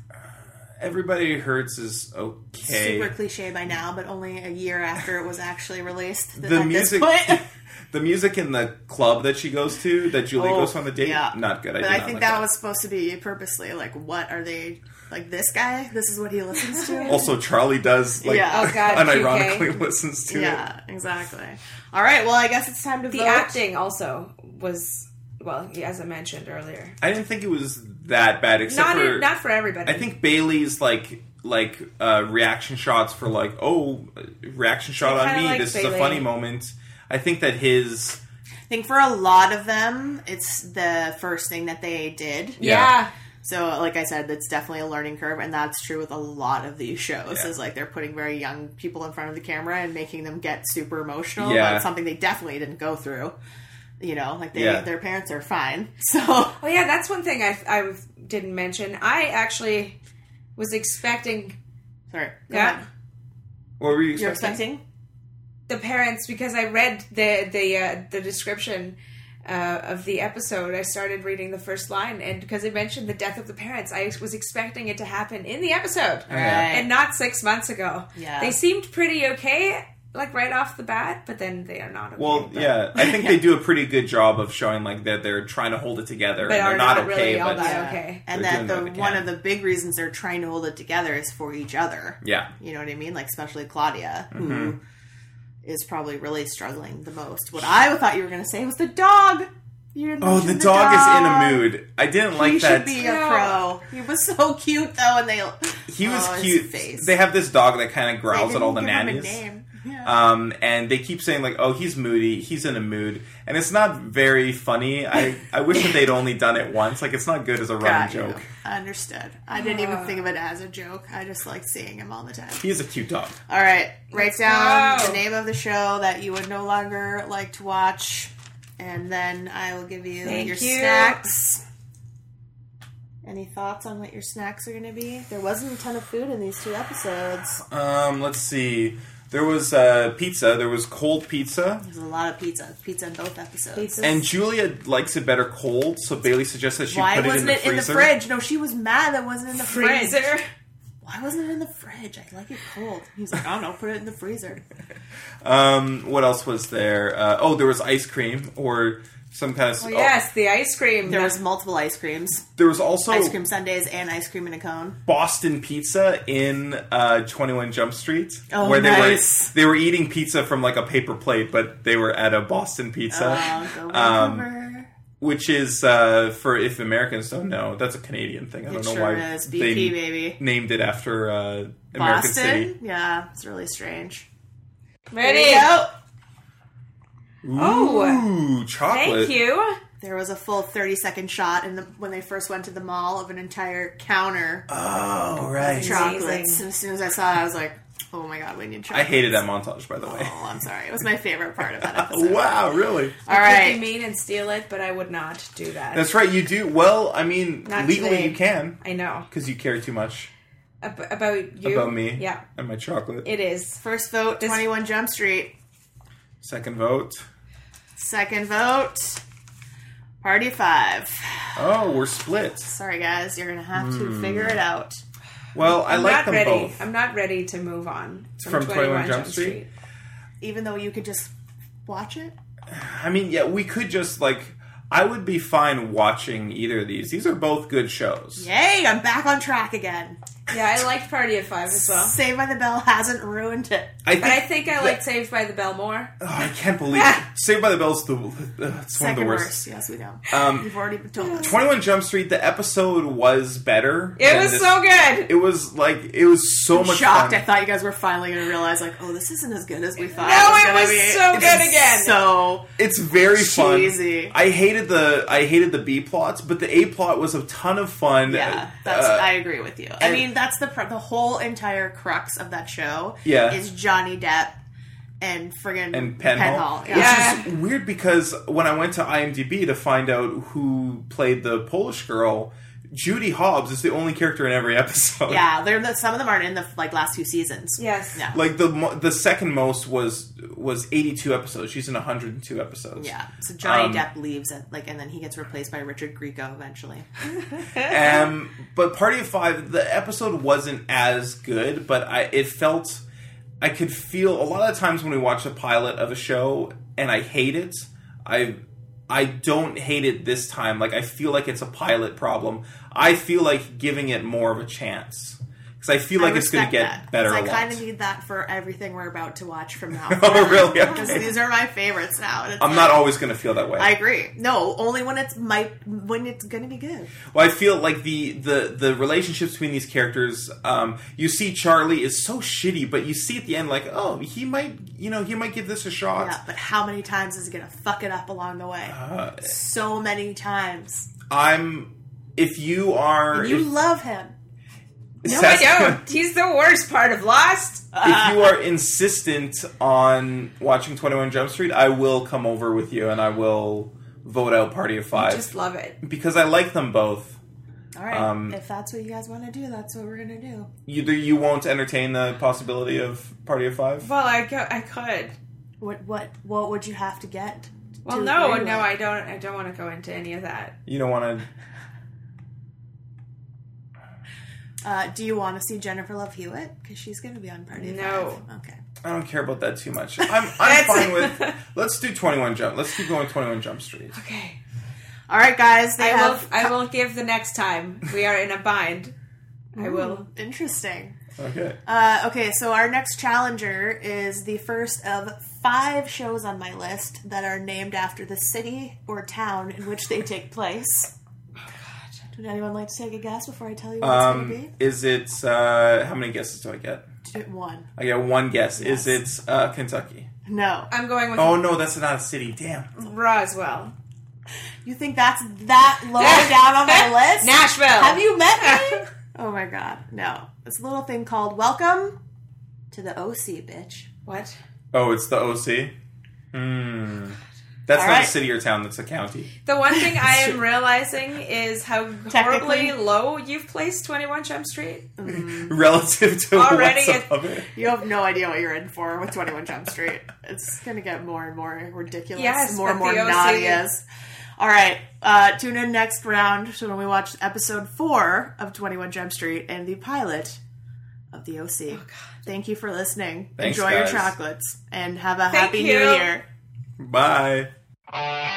[SPEAKER 3] Everybody hurts is okay.
[SPEAKER 4] Super cliche by now, but only a year after it was actually released.
[SPEAKER 3] the
[SPEAKER 4] at
[SPEAKER 3] music
[SPEAKER 4] This point.
[SPEAKER 3] the music in the club that she goes to that Julie
[SPEAKER 4] Oh,
[SPEAKER 3] goes on the date
[SPEAKER 4] yeah.
[SPEAKER 3] not good I
[SPEAKER 4] but
[SPEAKER 3] did
[SPEAKER 4] I
[SPEAKER 3] not
[SPEAKER 4] think
[SPEAKER 3] like
[SPEAKER 4] that, was supposed to be purposely like, what are they like? This guy, this is what he listens to.
[SPEAKER 3] also Charlie does like
[SPEAKER 4] Yeah. Oh, God,
[SPEAKER 3] unironically
[SPEAKER 4] QK.
[SPEAKER 3] listens to it
[SPEAKER 4] yeah, exactly. All right, well, I guess it's time to
[SPEAKER 2] The
[SPEAKER 4] vote.
[SPEAKER 2] acting also was well, as I mentioned earlier,
[SPEAKER 3] I didn't think it was that bad except
[SPEAKER 2] not
[SPEAKER 3] for
[SPEAKER 2] in, not for everybody.
[SPEAKER 3] I think Bailey's like like uh, reaction shots for like oh reaction shot
[SPEAKER 4] I
[SPEAKER 3] on
[SPEAKER 4] kinda
[SPEAKER 3] me
[SPEAKER 4] like
[SPEAKER 3] this is a
[SPEAKER 4] Bailey.
[SPEAKER 3] funny moment I think that his
[SPEAKER 4] I think for a lot of them, it's the first thing that they did.
[SPEAKER 3] Yeah.
[SPEAKER 4] So, like I said, that's definitely a learning curve, and that's true with a lot of these shows. Is like they're putting very young people in front of the camera and making them get super emotional
[SPEAKER 2] Yeah.
[SPEAKER 4] about something they definitely didn't go through. You know, like they
[SPEAKER 2] Yeah.
[SPEAKER 4] their parents are fine. So
[SPEAKER 2] Oh yeah, that's one thing I I didn't mention. I actually was expecting.
[SPEAKER 4] Sorry.
[SPEAKER 2] Yeah.
[SPEAKER 3] what were you
[SPEAKER 2] You're
[SPEAKER 3] expecting
[SPEAKER 2] the parents because I read the the uh, the description uh, of the episode. I started reading the first line, and because it mentioned the death of the parents, I was expecting it to happen in the episode,
[SPEAKER 4] Oh, yeah.
[SPEAKER 2] and not six months ago.
[SPEAKER 4] Yeah.
[SPEAKER 2] they seemed pretty okay, like right off the bat, but then they are not. Okay,
[SPEAKER 3] well
[SPEAKER 2] but-
[SPEAKER 3] yeah I think they do a pretty good job of showing like that they're trying to hold it together
[SPEAKER 2] But
[SPEAKER 3] and
[SPEAKER 2] are
[SPEAKER 3] they're not,
[SPEAKER 2] not really
[SPEAKER 3] okay
[SPEAKER 2] all
[SPEAKER 3] but
[SPEAKER 2] that okay.
[SPEAKER 4] and
[SPEAKER 3] they're doing
[SPEAKER 4] that the
[SPEAKER 3] what they
[SPEAKER 4] one
[SPEAKER 3] can.
[SPEAKER 4] of the big reasons they're trying to hold it together is for each other.
[SPEAKER 3] Yeah.
[SPEAKER 4] You know what I mean? Like especially Claudia, who
[SPEAKER 3] Mhm.
[SPEAKER 4] is probably really struggling the most. What I thought you were going to say was the dog. You didn't
[SPEAKER 3] Oh,
[SPEAKER 4] mention
[SPEAKER 3] the dog is in a
[SPEAKER 4] dog.
[SPEAKER 3] mood. I didn't like
[SPEAKER 4] he
[SPEAKER 3] that.
[SPEAKER 4] should be a pro. He was so cute though, and they
[SPEAKER 3] He was
[SPEAKER 4] Oh, his
[SPEAKER 3] cute.
[SPEAKER 4] face.
[SPEAKER 3] They have this dog that kind of
[SPEAKER 4] They
[SPEAKER 3] growls at
[SPEAKER 4] didn't
[SPEAKER 3] all the
[SPEAKER 4] give him a
[SPEAKER 3] nannies.
[SPEAKER 4] name.
[SPEAKER 3] Um, and they keep saying like, "Oh, he's moody. He's in a mood," and it's not very funny. I I wish that they'd only done it once. Like, it's not good as a running
[SPEAKER 4] Got you.
[SPEAKER 3] joke.
[SPEAKER 4] I understood. I didn't even
[SPEAKER 2] Ah.
[SPEAKER 4] think of it as a joke. I just like seeing him all the time.
[SPEAKER 3] He is a cute dog.
[SPEAKER 4] All right, write down
[SPEAKER 2] go.
[SPEAKER 4] the name of the show that you would no longer like to watch, and then I will give you
[SPEAKER 2] Thank
[SPEAKER 4] your
[SPEAKER 2] you.
[SPEAKER 4] snacks. Any thoughts on what your snacks are going to be? There wasn't a ton of food in these two episodes.
[SPEAKER 3] Um, let's see. There was uh, pizza. There was cold pizza.
[SPEAKER 4] There's a lot of pizza, pizza in both episodes.
[SPEAKER 3] And Julia likes it better cold, so Bailey suggests that she
[SPEAKER 4] Why
[SPEAKER 3] put it in
[SPEAKER 4] wasn't
[SPEAKER 3] the
[SPEAKER 4] it in the
[SPEAKER 3] freezer.
[SPEAKER 4] fridge? No, she was mad that it wasn't in the fridge.
[SPEAKER 2] Freezer.
[SPEAKER 4] Why wasn't it in the fridge? I like it cold. He's like, I don't know, put it in the freezer.
[SPEAKER 3] Um, what else was there? Uh, oh, there was ice cream or some kind of.
[SPEAKER 4] Oh,
[SPEAKER 2] yes, the ice cream.
[SPEAKER 4] There was multiple ice creams.
[SPEAKER 3] There was also
[SPEAKER 4] ice cream sundaes and ice cream in a cone.
[SPEAKER 3] Boston Pizza in uh, Twenty One Jump Street,
[SPEAKER 4] Oh,
[SPEAKER 3] where they
[SPEAKER 4] nice.
[SPEAKER 3] were they were eating pizza from like a paper plate, but they were at a Boston Pizza, Um,
[SPEAKER 4] Oh, go Vancouver.
[SPEAKER 3] which is uh, for if Americans don't know, that's a Canadian thing. I
[SPEAKER 4] It
[SPEAKER 3] don't know
[SPEAKER 4] sure
[SPEAKER 3] why
[SPEAKER 4] is.
[SPEAKER 3] they
[SPEAKER 4] BP, baby.
[SPEAKER 3] named it after uh, American
[SPEAKER 4] Boston?
[SPEAKER 3] City.
[SPEAKER 4] Yeah, it's really strange.
[SPEAKER 2] Ready?
[SPEAKER 4] There you go.
[SPEAKER 3] Oh, chocolate!
[SPEAKER 2] you.
[SPEAKER 4] There was a full 30 second shot in the, when they first went to the mall of an entire counter
[SPEAKER 3] Oh,
[SPEAKER 4] of
[SPEAKER 3] right.
[SPEAKER 4] chocolates. And as soon as I saw it, I was like, oh my god, we need
[SPEAKER 3] I
[SPEAKER 4] chocolate.
[SPEAKER 3] hated that montage, by the way.
[SPEAKER 4] Oh, I'm sorry. It was my favorite part of that episode.
[SPEAKER 3] wow, really?
[SPEAKER 4] All
[SPEAKER 2] You
[SPEAKER 4] right.
[SPEAKER 2] mean and steal it, but I would not do that.
[SPEAKER 3] That's right. You do well. I mean,
[SPEAKER 2] Not
[SPEAKER 3] legally
[SPEAKER 2] today.
[SPEAKER 3] you can
[SPEAKER 2] I know
[SPEAKER 3] because you care too much
[SPEAKER 2] Ab- about you.
[SPEAKER 3] about me
[SPEAKER 2] Yeah,
[SPEAKER 3] and my chocolate.
[SPEAKER 2] it is.
[SPEAKER 4] First vote, 21 Jump Street.
[SPEAKER 3] Second vote.
[SPEAKER 4] Second vote. Party five.
[SPEAKER 3] Oh, we're split.
[SPEAKER 4] Sorry, guys. You're going to have to
[SPEAKER 3] Hmm.
[SPEAKER 4] figure it out.
[SPEAKER 3] Well, I
[SPEAKER 2] I'm
[SPEAKER 3] like
[SPEAKER 2] not
[SPEAKER 3] them
[SPEAKER 2] ready.
[SPEAKER 3] both.
[SPEAKER 2] I'm not ready to move on
[SPEAKER 3] From 21 Jump Street?
[SPEAKER 4] Even though you could just watch it?
[SPEAKER 3] I mean, yeah, we could just like. I would be fine watching either of these. These are both good shows.
[SPEAKER 4] Yay, I'm back on track again.
[SPEAKER 2] Yeah, I liked Party of Five as well.
[SPEAKER 4] Saved by the Bell hasn't ruined it.
[SPEAKER 3] I
[SPEAKER 2] but I think I like Saved by the Bell more.
[SPEAKER 3] Oh, I can't believe Saved by the Bell's the uh, it's one of the
[SPEAKER 4] Second
[SPEAKER 3] worst.
[SPEAKER 4] worst. Yes, we know.
[SPEAKER 3] Um,
[SPEAKER 4] You've already told us.
[SPEAKER 3] Twenty One Jump Street. The episode was better.
[SPEAKER 4] It
[SPEAKER 3] than
[SPEAKER 4] was so good.
[SPEAKER 3] It was like it was so
[SPEAKER 4] I'm
[SPEAKER 3] much
[SPEAKER 4] shocked.
[SPEAKER 3] fun.
[SPEAKER 4] I thought you guys were finally going to realize, like, oh, this isn't as good as we thought.
[SPEAKER 2] No, it
[SPEAKER 4] gonna
[SPEAKER 2] was
[SPEAKER 4] be.
[SPEAKER 2] so
[SPEAKER 4] It's
[SPEAKER 2] good again.
[SPEAKER 4] So
[SPEAKER 3] It's very
[SPEAKER 4] Cheesy.
[SPEAKER 3] fun. I hated the I hated the B plots, but the A plot was a ton of fun.
[SPEAKER 4] Yeah, that's,
[SPEAKER 3] Uh,
[SPEAKER 4] I agree with you. I
[SPEAKER 3] and-
[SPEAKER 4] mean, that's the pr- the whole entire crux of that show.
[SPEAKER 3] Yeah.
[SPEAKER 4] is Johnny Depp and friggin'
[SPEAKER 3] and Penhall,
[SPEAKER 4] Yeah.
[SPEAKER 3] which is weird because when I went to IMDb to find out who played the Polish girl, Judy Hobbs is the only character in every episode.
[SPEAKER 4] yeah, they're the, some of them aren't in the like last two seasons. Yes. Yeah.
[SPEAKER 3] like the mo- the second most was was 82 episodes. She's in 102 episodes.
[SPEAKER 4] yeah. So Johnny
[SPEAKER 3] Um,
[SPEAKER 4] Depp leaves, at, like, and then he gets replaced by Richard Grieco eventually.
[SPEAKER 3] um, but Party of Five, the episode wasn't as good, but I it felt I could feel a lot of times when we watch a pilot of a show and I hate it. I I don't hate it this time. Like I feel like it's a pilot problem. I feel like giving it more of a chance because I feel like it's going to get better.
[SPEAKER 4] I
[SPEAKER 3] a lot.
[SPEAKER 4] kind of need that for everything we're about to watch from now.
[SPEAKER 3] Oh, really?
[SPEAKER 4] Because
[SPEAKER 3] Okay.
[SPEAKER 4] these are my favorites now. and it's
[SPEAKER 3] I'm
[SPEAKER 4] like-
[SPEAKER 3] not always going to feel that way.
[SPEAKER 4] I agree. No, only when it's my when it's gonna be good.
[SPEAKER 3] Well, I feel like the the the relationships between these characters. Um, you see, Charlie is so shitty, but you see at the end, like, oh, he might, you know, he might give this a shot.
[SPEAKER 4] Yeah, but how many times is it gonna fuck it up along the way?
[SPEAKER 3] Uh,
[SPEAKER 4] so many times.
[SPEAKER 3] I'm. If you are,
[SPEAKER 4] You
[SPEAKER 3] if,
[SPEAKER 4] love him.
[SPEAKER 2] No,
[SPEAKER 3] Sas-
[SPEAKER 2] I don't. He's the worst part of Lost.
[SPEAKER 3] if you are insistent on watching Twenty One Jump Street, I will come over with you, and I will vote out Party of Five.
[SPEAKER 4] just love it.
[SPEAKER 3] because I like them both.
[SPEAKER 4] All right.
[SPEAKER 3] Um,
[SPEAKER 4] if that's what you guys want to do, that's what we're gonna do.
[SPEAKER 3] You you won't entertain the possibility of Party of Five.
[SPEAKER 2] Well, I, co- I could.
[SPEAKER 4] What what what would you have to get?
[SPEAKER 2] Well,
[SPEAKER 4] to
[SPEAKER 2] no,
[SPEAKER 4] agree
[SPEAKER 2] no,
[SPEAKER 4] with?
[SPEAKER 2] I don't. I don't want to go into any of that.
[SPEAKER 3] You don't want to.
[SPEAKER 4] Uh, do you want to see Jennifer Love Hewitt? Because she's gonna be on Party. of
[SPEAKER 2] No.
[SPEAKER 4] Five. Okay.
[SPEAKER 3] I don't care about that too much. I'm, I'm fine with. Let's do 21 Jump. Let's keep going 21 Jump Street.
[SPEAKER 2] Okay.
[SPEAKER 4] All right, guys.
[SPEAKER 2] I
[SPEAKER 4] They have.
[SPEAKER 2] will. I will give the next time we are in a bind. I will.
[SPEAKER 4] Ooh, Interesting.
[SPEAKER 3] Okay.
[SPEAKER 4] Uh, okay, so our next challenger is the first of five shows on my list that are named after the city or town in which they take place. Would anyone like to take a guess before I tell you what it's going
[SPEAKER 3] Um, is it. Uh, how many guesses do I get?
[SPEAKER 4] to be? One.
[SPEAKER 3] I get one guess. Is it uh, Kentucky?
[SPEAKER 4] No.
[SPEAKER 2] I'm going with
[SPEAKER 3] Oh, no, that's not a city. Damn.
[SPEAKER 2] Roswell.
[SPEAKER 4] You think that's that low down on my list?
[SPEAKER 2] Nashville.
[SPEAKER 4] Have you met me? oh my god, no. It's a little thing called Welcome to the OC, bitch.
[SPEAKER 2] What?
[SPEAKER 3] Oh, it's the OC? Hmm. That's
[SPEAKER 2] All
[SPEAKER 3] not
[SPEAKER 2] right.
[SPEAKER 3] a city or town, that's a county.
[SPEAKER 2] The one thing I am realizing is how horribly
[SPEAKER 4] Technically.
[SPEAKER 2] low you've placed 21 Jump Street.
[SPEAKER 3] Relative to
[SPEAKER 2] Already
[SPEAKER 3] what's
[SPEAKER 2] it-
[SPEAKER 3] above it.
[SPEAKER 4] You have no idea what you're in for with 21 Jump Street. It's going to get more and more ridiculous.
[SPEAKER 2] Yes,
[SPEAKER 4] more and
[SPEAKER 2] but
[SPEAKER 4] more
[SPEAKER 2] the OC
[SPEAKER 4] Nadia's. All right. Uh, tune in next round to when we watch episode four of 21 Jump Street and the pilot of the OC.
[SPEAKER 2] Oh,
[SPEAKER 4] Thank you for listening.
[SPEAKER 3] Thanks,
[SPEAKER 4] Enjoy
[SPEAKER 3] guys.
[SPEAKER 4] your chocolates and have a
[SPEAKER 2] Thank
[SPEAKER 4] happy
[SPEAKER 2] you.
[SPEAKER 4] new year.
[SPEAKER 3] Bye.